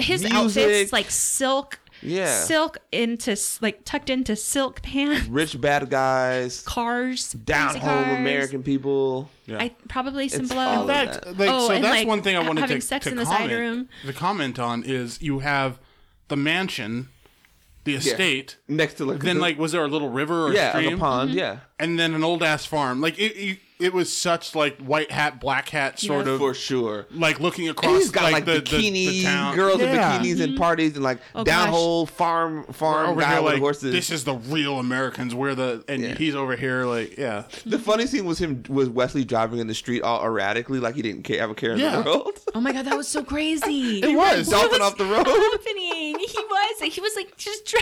His Music. outfits like silk, Yeah. silk into s- like tucked into silk pants, Rich bad guys, cars, down fancy home cars. American people. I probably some It's blow. all that. fact, like, Oh, so and, that's like, one thing I ha- wanted having to, sex to in the side comment, room. to comment on is you have the mansion, the estate, Next to like then like was there a little river or yeah, stream? on the Mm-hmm. pond. Yeah. and then an old ass farm. Like it, it, it was such like white hat, black hat sort Yeah. of For sure. like looking across And he's got like, like, the, the, bikini the town. girls Yeah. in bikinis and parties and like Mm-hmm. Oh, gosh. downhole farm farm over guy here with like horses. this is the real Americans. We're the and Yeah. he's over here like yeah. the funny scene was him was Wesley driving in the street all erratically like he didn't care, have a care in the Yeah. world. Oh my god, that was so crazy. It was. Dolphin was off the road. happening? He was. He was like just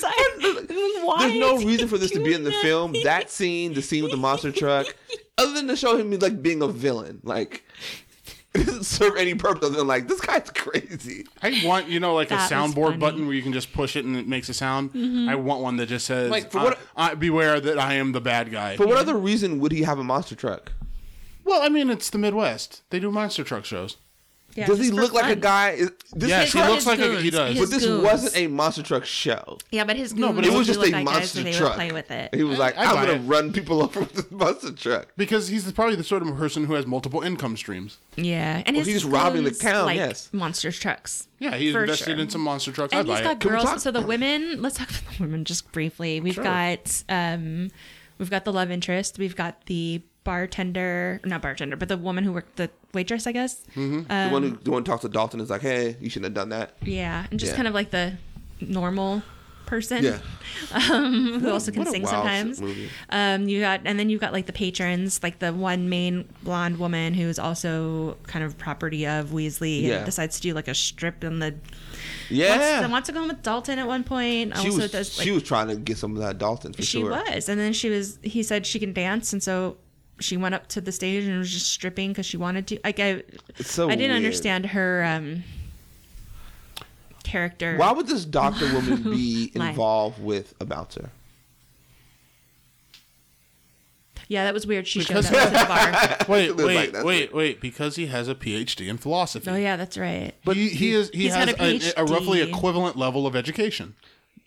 driving. Why? uh, There's no is he reason for this to be in the doing film. That scene, the scene with the monster truck, other than to show him like being a villain, like it doesn't serve any purpose other than like this guy's crazy. I want you know like That a was funny. Mm-hmm. soundboard button where you can just push it and it makes a sound. I want one that just says Like, for I- what- I, beware that I am the bad guy. For what other reason would he have a monster truck? well, I mean it's the Midwest. They do monster truck shows. Yeah, Does just he for look like a fun. guy? Is, this Yes, he truck- looks like a, goons. he does. His but this goons. wasn't a monster truck show. Yeah, but his No, no, but but it It Those was just look a like guys, monster so they truck. would play with it. He was like, I "I'm buy gonna it. run people over with this monster truck." because he's probably the sort of person who has multiple income streams. Yeah, and his he's robbing the goons town, like yes. monster trucks. Yeah, he's For invested sure. in some monster trucks. And I he's buy got it. we girls. talk- So the women. Let's talk about the women just briefly. We've got um, we've got the love interest. We've got the bartender, not bartender, but the woman who worked the waitress, I guess. Hmm. the one who the one who talks to Dalton is like, "Hey, you shouldn't have done that." Yeah, Um, and just Yeah. kind of like the normal person Yeah, who also can What a sing wild sometimes. movie. Um, you got, and then you've got like the patrons, like the one main blonde woman who's also kind of property of Weasley, Yeah. and decides to do like a strip in the. Yeah, Wants, to- wants to go home with Dalton at one point. she also was does, like, she was trying to get some of that Dalton for she sure. was, and then she was. He said she can dance, and so she went up to the stage and was just stripping because she wanted to. Like I, It's so I didn't weird. understand her um character. Why would this doctor woman be Lie. involved with a bouncer? Yeah, that was weird. She showed up Because- to the bar. Wait, Like, wait, that's wait, wait! Because he has a PhD in philosophy. Oh yeah, that's right. But he, he is he He's has got a a, a roughly PhD. equivalent level of education.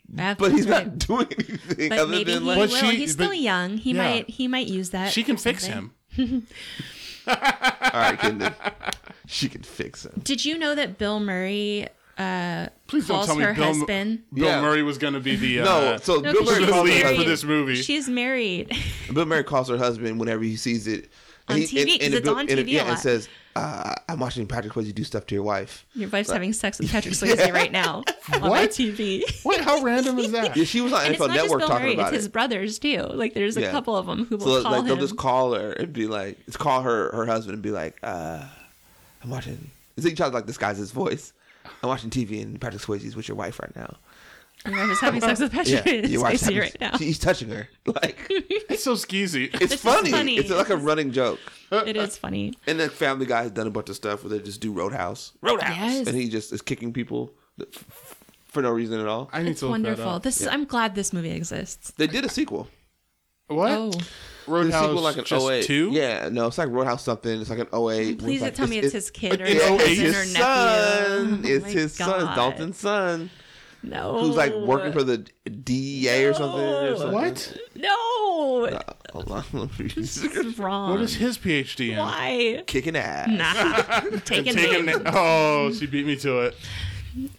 That's But he's right. not doing anything But other maybe he than will. like. But she- he's but- still young. He yeah. might he might use that. She for can fix something. him. All right, Kendall. She can fix him. Did you know that Bill Murray Please don't calls tell me her Bill, husband? Bill Yeah. Murray was going to be the uh, No, so No, Bill 'cause Murray she's calls lead her for married. husband. this movie. She's married. Bill Murray calls her husband whenever he sees it. On he, TV, 'cause the it's Bill- on and, TV a yeah, and lot. says, uh, "I'm watching Patrick Swayze do stuff to your wife." Your wife's having sex with Patrick Swayze right now on my What? TV. What? How random is that? Yeah, she was on And it's NFL not just Network Bill talking Murray; it's about his it. brothers too. Like there's a Yeah. couple of them who will So call like, they'll him. just call her and be like, "Just call her her husband and be like, uh, I'm watching." Is he tries to like disguise his voice? I'm watching TV and Patrick Swayze's with your wife right now. Your wife is having sex with Patrick Swayze having- right now. she- He's touching her. Like It's so skeezy. it's, just funny. funny. It's like a running joke. It is funny. And then Family Guy has done a bunch of stuff where they just do Roadhouse, Roadhouse, Yes. and he just is kicking people f- for no reason at all. I need It's to look that wonderful. up. This I'm glad this movie exists. They did a sequel. What? Oh, Did a Roadhouse sequel like an just 08. two? Yeah, no, it's like Roadhouse something. It's like an 08. please like, don't tell me it's, his kid or it's his his cousin son. or nephew. Oh son. it's my his son. It's God. Dalton's son, No. who's like working for the DEA or something. Or something. What? No. Hold on, let me- he's It's wrong. What is his PhD in? Why? kicking ass. Nah. Taking Take a names. na- oh, she beat me to it.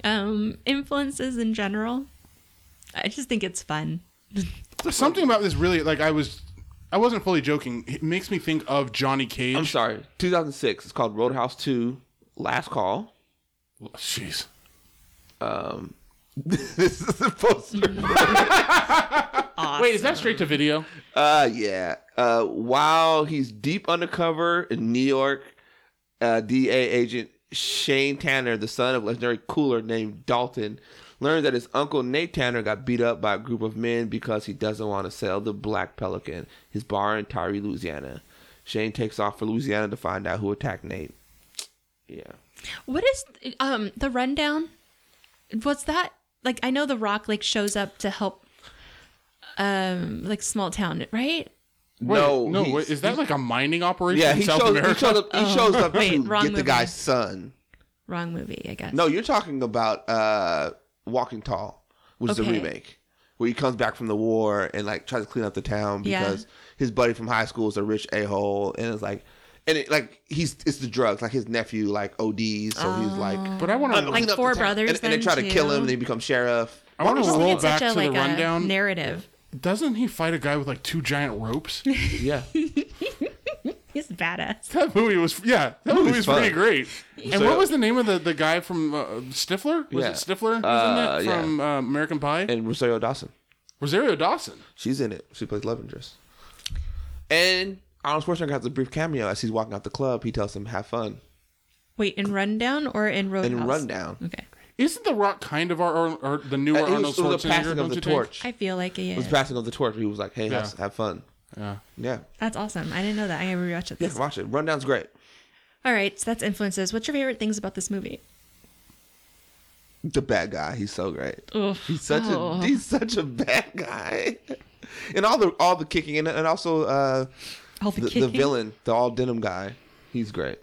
Um, influences in general. I just think it's fun. Something about this really, like I was, I wasn't fully joking. It makes me think of Johnny Cage. I'm sorry. 2006. It's called Roadhouse 2. Last call. Jeez. Um, this is the poster. Wait, is that straight to video? Uh, yeah. Uh, while he's deep undercover in New York, uh, DA agent Shane Tanner, the son of legendary cooler named Dalton, learns that his uncle Nate Tanner got beat up by a group of men because he doesn't want to sell the Black Pelican, his bar in Tyree, Louisiana. Shane takes off for Louisiana to find out who attacked Nate. Yeah. What is um the rundown? What's that? Like I know the Rock like shows up to help um like small town, right? Wait, No, no. he's- Wait, is that like a mining operation Yeah, in he South shows, he America? shows up, he shows up wait, to wrong get movie. the guy's son. Wrong movie, I guess. No, you're talking about uh Walking Tall, which is a Okay. remake. Where he comes back from the war and like tries to clean up the town Yeah. because his buddy from high school is a rich a hole and it's like and it like he's it's the drugs, like his nephew like ODs, so he's like but I want to. Like "Clean up Four the town." Oh. Brothers and, and they then, try to kill too. him and he becomes sheriff. I want to Just think roll it's back such a, to the like, a rundown. narrative. Doesn't he fight a guy with like two giant ropes? Yeah. He's badass. that movie was yeah. That movie was fun. pretty great. And So- what was the name of the, the guy from uh, Stifler? Was Yeah. it Stifler? Isn't Uh, it yeah. from uh, American Pie? and Rosario Dawson. Rosario Dawson. She's in it. She plays Lovendress. And Arnold Schwarzenegger has a brief cameo as he's walking out the club. He tells him, "Have fun." Wait, in rundown or in roadhouse? And rundown. Okay, Isn't The Rock kind of our, our, our the newer And it, Arnold Uh, was, it was a Schwarzenegger? passing don't of the you think? torch. I feel like yeah. was passing of the torch. He was like, "Hey, have, Yeah. have fun." Yeah. Yeah, That's awesome. I didn't know that. I gotta rewatch it. yeah. This. Watch it. Rundown's great. All right, so that's influences. What's your favorite things about this movie? The bad guy. He's so great. Ugh. He's such Oh. a he's such a bad guy. and all the all the kicking and and also uh, Oh, All the, the, the kicking. villain, the all denim guy. He's great.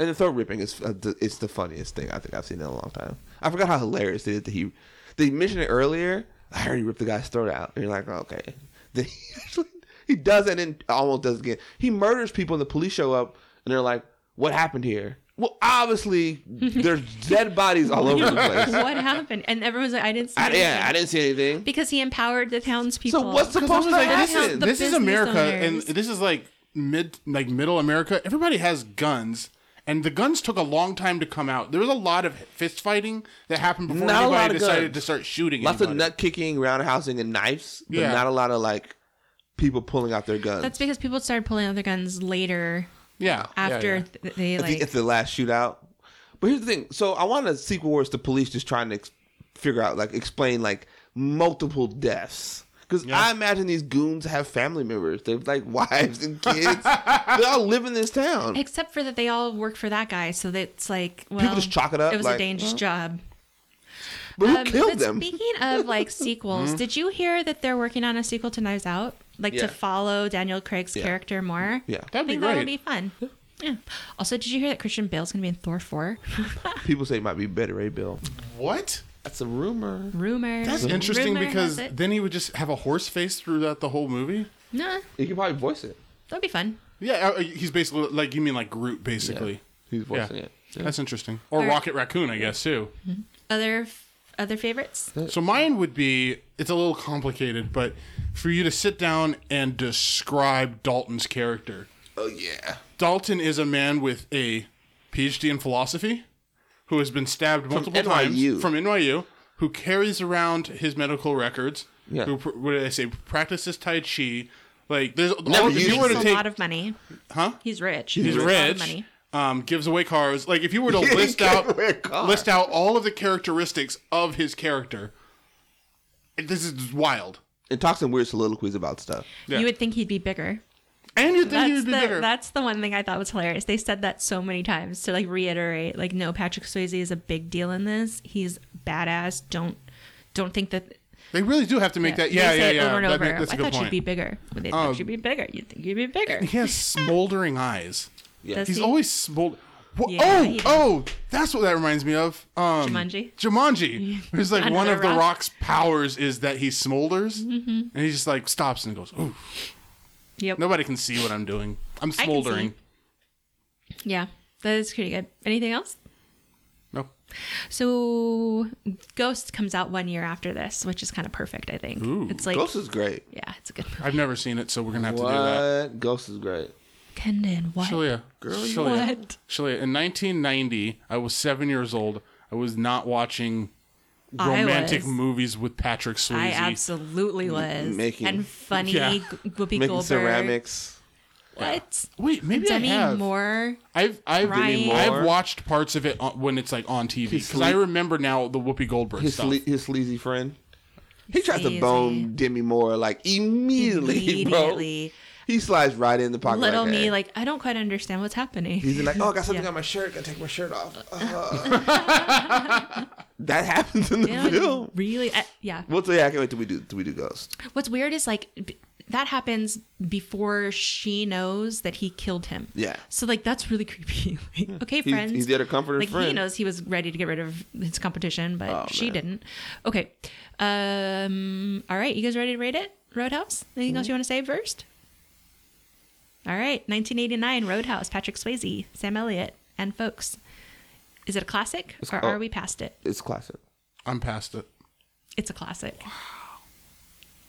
And the throat ripping is uh, the- it's the funniest thing I think I've seen in a long time. I forgot how hilarious it is that he they mentioned it earlier. I heard he ripped the guy's throat out, and you're like, oh, okay. Then he actually he does it and almost does it again. He murders people, and the police show up, and they're like, "What happened here?" Well, obviously there's dead bodies all over the place. What happened? And everyone's like, I didn't see. I, anything. yeah, I didn't see anything. Because he empowered the townspeople. So what's Because I was supposed to like, that this how is, happen? the this is business America, owners- and this is like mid, like middle America. Everybody has guns, and the guns took a long time to come out. There was a lot of fist fighting that happened before Not a lot anybody of decided guns. to start shooting. Lots of anybody. nut kicking, roundhousing, and knives, but Yeah. not a lot of like people pulling out their guns. That's because people started pulling out their guns later Yeah, yeah, after yeah. th- they I think like. it's the last shootout. But here's the thing: so I want a sequel where it's the police just trying to ex- figure out, like, explain like multiple deaths. Because I imagine these goons have family members. They've like wives and kids. they all live in this town. Except for that, they all work for that guy, so that's like well, just chalk it up, It was a like, dangerous well, job. but who Um, killed but them? Hmm? Speaking of like sequels, did you hear that they're working on a sequel to Knives Out? Like Yeah. to follow Daniel Craig's character more. Yeah. I That'd be think that great. would be fun. Yeah. Also, did you hear that Christian Bale's gonna be in Thor four? People say it might be better, Ray Bill. what? That's a rumor. Rumor. That's interesting Rumor because has it. then he would just have a horse face throughout the whole movie. nah, You can probably voice it. that'd be fun. Yeah, uh, he's basically like you mean like Groot, basically. He's Yeah, voicing it. that's interesting. Or Or- Rocket Raccoon, I guess too. Other other favorites? So mine would be it's a little complicated, but for you to sit down and describe Dalton's character. Oh yeah. Dalton is a man with a PhD in philosophy who has been stabbed multiple NYU. times from NYU, who carries around his medical records, Yeah. who pr- what did I say practices Tai Chi. Like there's Never if used you were It's to a take lot of money. Huh? He's rich. he's It's a lot of rich, money. um, gives away cars. Like if you were to He list gave out away a car. list out all of the characteristics of his character, this is wild. It talks in weird soliloquies about stuff. Yeah. You would think he'd be bigger. And you'd think That's he would be the bigger. that's the one thing I thought was hilarious. They said that so many times to like reiterate, like, no, Patrick Swayze is a big deal in this. He's badass. Don't don't think that. They really do have to make that. they Yeah, say yeah, it yeah. Over and That- over. that's a I good thought point. Oh. you'd be bigger. Well, They thought you'd be bigger. You think you'd be bigger? He has smoldering eyes. Does He's he? always smold. Wha- Yeah, oh, he does. oh, that's what that reminds me of. Um, Jumanji? Jumanji. It's like Under one the of the rock. Mm-hmm. rock's powers is that he smolders, and he just like stops and goes, "Ooh, Yep. nobody can see what I'm doing. I'm see. smoldering." Yeah, that is pretty good. Anything else? No. So, Ghost comes out one year after this, which is kind of perfect, I think. It's like, Ghost is great. yeah, it's a good movie. I've never seen it, so we're gonna have to do that. What? Ghost is great. Kendon, what? Shalia, Shalia, What? Shalia. In 1990, I was seven years old. I was not watching I romantic was. movies with Patrick Swayze. I absolutely was. making- and funny Yeah. G- Whoopi Making Goldberg. ceramics. What? Wait, maybe Demi I have. Moore. I've I've Ryan. I've watched parts of it on, when it's like on TV because sleep- I remember now the Whoopi Goldberg His stuff. sle- his sleazy friend. He tries Sleazy. to bone Demi Moore like immediately, bro. Immediately. He slides right in the pocket. Little like, me, that. like, I don't quite understand what's happening. He's like, oh, I got something Yeah. on my shirt. Gotta take my shirt off. Uh. that happens in the Yeah, film. really? I, yeah. We'll tell you. I can't wait till we do till we do Ghost. What's weird is like b- that happens before she knows that he killed him. Yeah. So like that's really creepy. Like, okay, He's- friends. he's the other comforter Like he friend. Oh, knows he was ready to get rid of his competition, but she didn't. Okay. Um. All right, you guys ready to rate it? Roadhouse. Anything else you want to say first? All right, 1989 Roadhouse. Patrick Swayze, Sam Elliott, and folks. Is it a classic, or oh. are we past it? It's classic. I'm past it. It's a classic.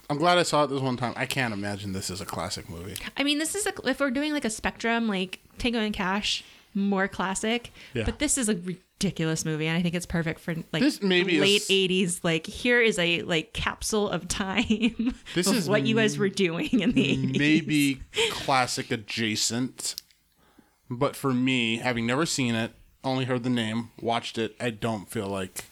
I'm glad I saw it this one time. I can't imagine this is a classic movie. I mean, this is a, if we're doing like a spectrum, like Tango and Cash, more classic. Yeah. But this is a ridiculous movie, and I think it's perfect for like This maybe is- late '80s. Like here is a like capsule of time. This of is what you guys were doing in the '80s. Maybe classic adjacent, but for me, having never seen it, only heard the name, watched it, I don't feel like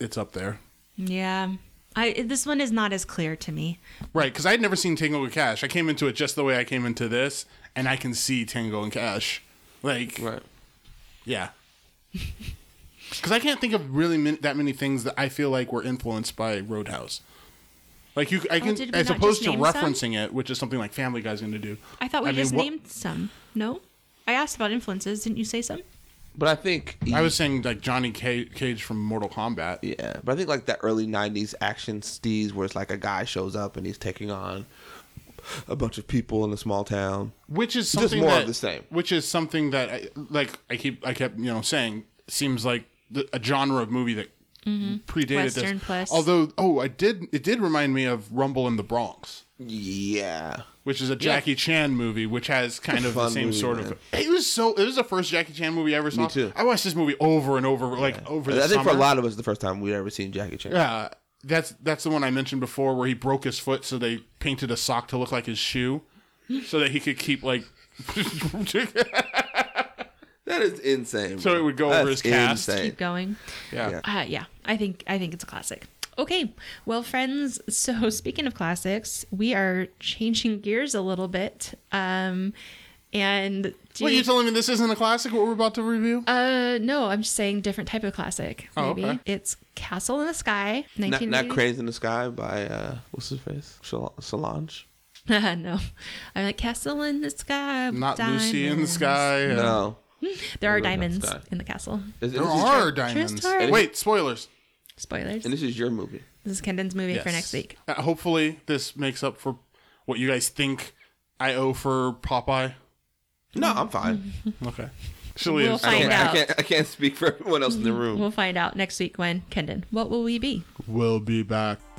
it's up there. Yeah. I, this one is not as clear to me. Right, because I had never seen Tango and Cash. I came into it just the way I came into this, and I can see Tango and Cash. Like, Right. Yeah. Because I can't think of really min- that many things that I feel like were influenced by Roadhouse. Like you, I Oh, did can, we as not opposed just to name some? referencing it, which is something like Family Guy's going to do. I thought we mean, just what- named some. No, I asked about influences. Didn't you say some? But I think I was saying like Johnny Ca- Cage from Mortal Kombat. Yeah, but I think like that early '90s action steez, where it's like a guy shows up and he's taking on a bunch of people in a small town. which is Just something more of that, the same. Which is something that, I, like I keep, I kept, you know, saying seems like the, a genre of movie that predated Mm-hmm. Western this. plus. Although, oh, I did, it did remind me of Rumble in the Bronx, Yeah, which is a Jackie Chan movie, which has kind of the fun same movie, sort man. of. It was so. It was the first Jackie Chan movie I ever saw. too. I watched this movie over and over, like over. The I think for a summer. lot of us, the first time we'd ever seen Jackie Chan. Yeah, that's that's the one I mentioned before, where he broke his foot, so they painted a sock to look like his shoe, so that he could keep like. That is insane. So bro. it would go over his cast? Keep going. yeah. Uh, yeah, I think I think it's a classic. Okay, well, friends. So speaking of classics, we are changing gears a little bit. Um, and do Wait, you telling me this isn't a classic? What we're about to review? uh, no, I'm just saying different type of classic. Oh, Maybe okay. it's Castle in the Sky, Not, 1980. not Cranes in the Sky by uh, what's his face Sol- Solange. no, I'm like Castle in the Sky. with Not Lucy in the diamonds." Sky. No, There are Really not diamonds sky. in the castle. Is- There is it- are True diamonds. story. Wait, spoilers. Spoilers. And this is your movie. This is Kendon's movie for Yes. next week. Uh, hopefully, this makes up for what you guys think I owe for Popeye. No, I'm fine. Okay. She'll We'll I, find can't, I out. can't. I can't speak for everyone else in the room. We'll find out next week when Kendon. What will we be? We'll be back.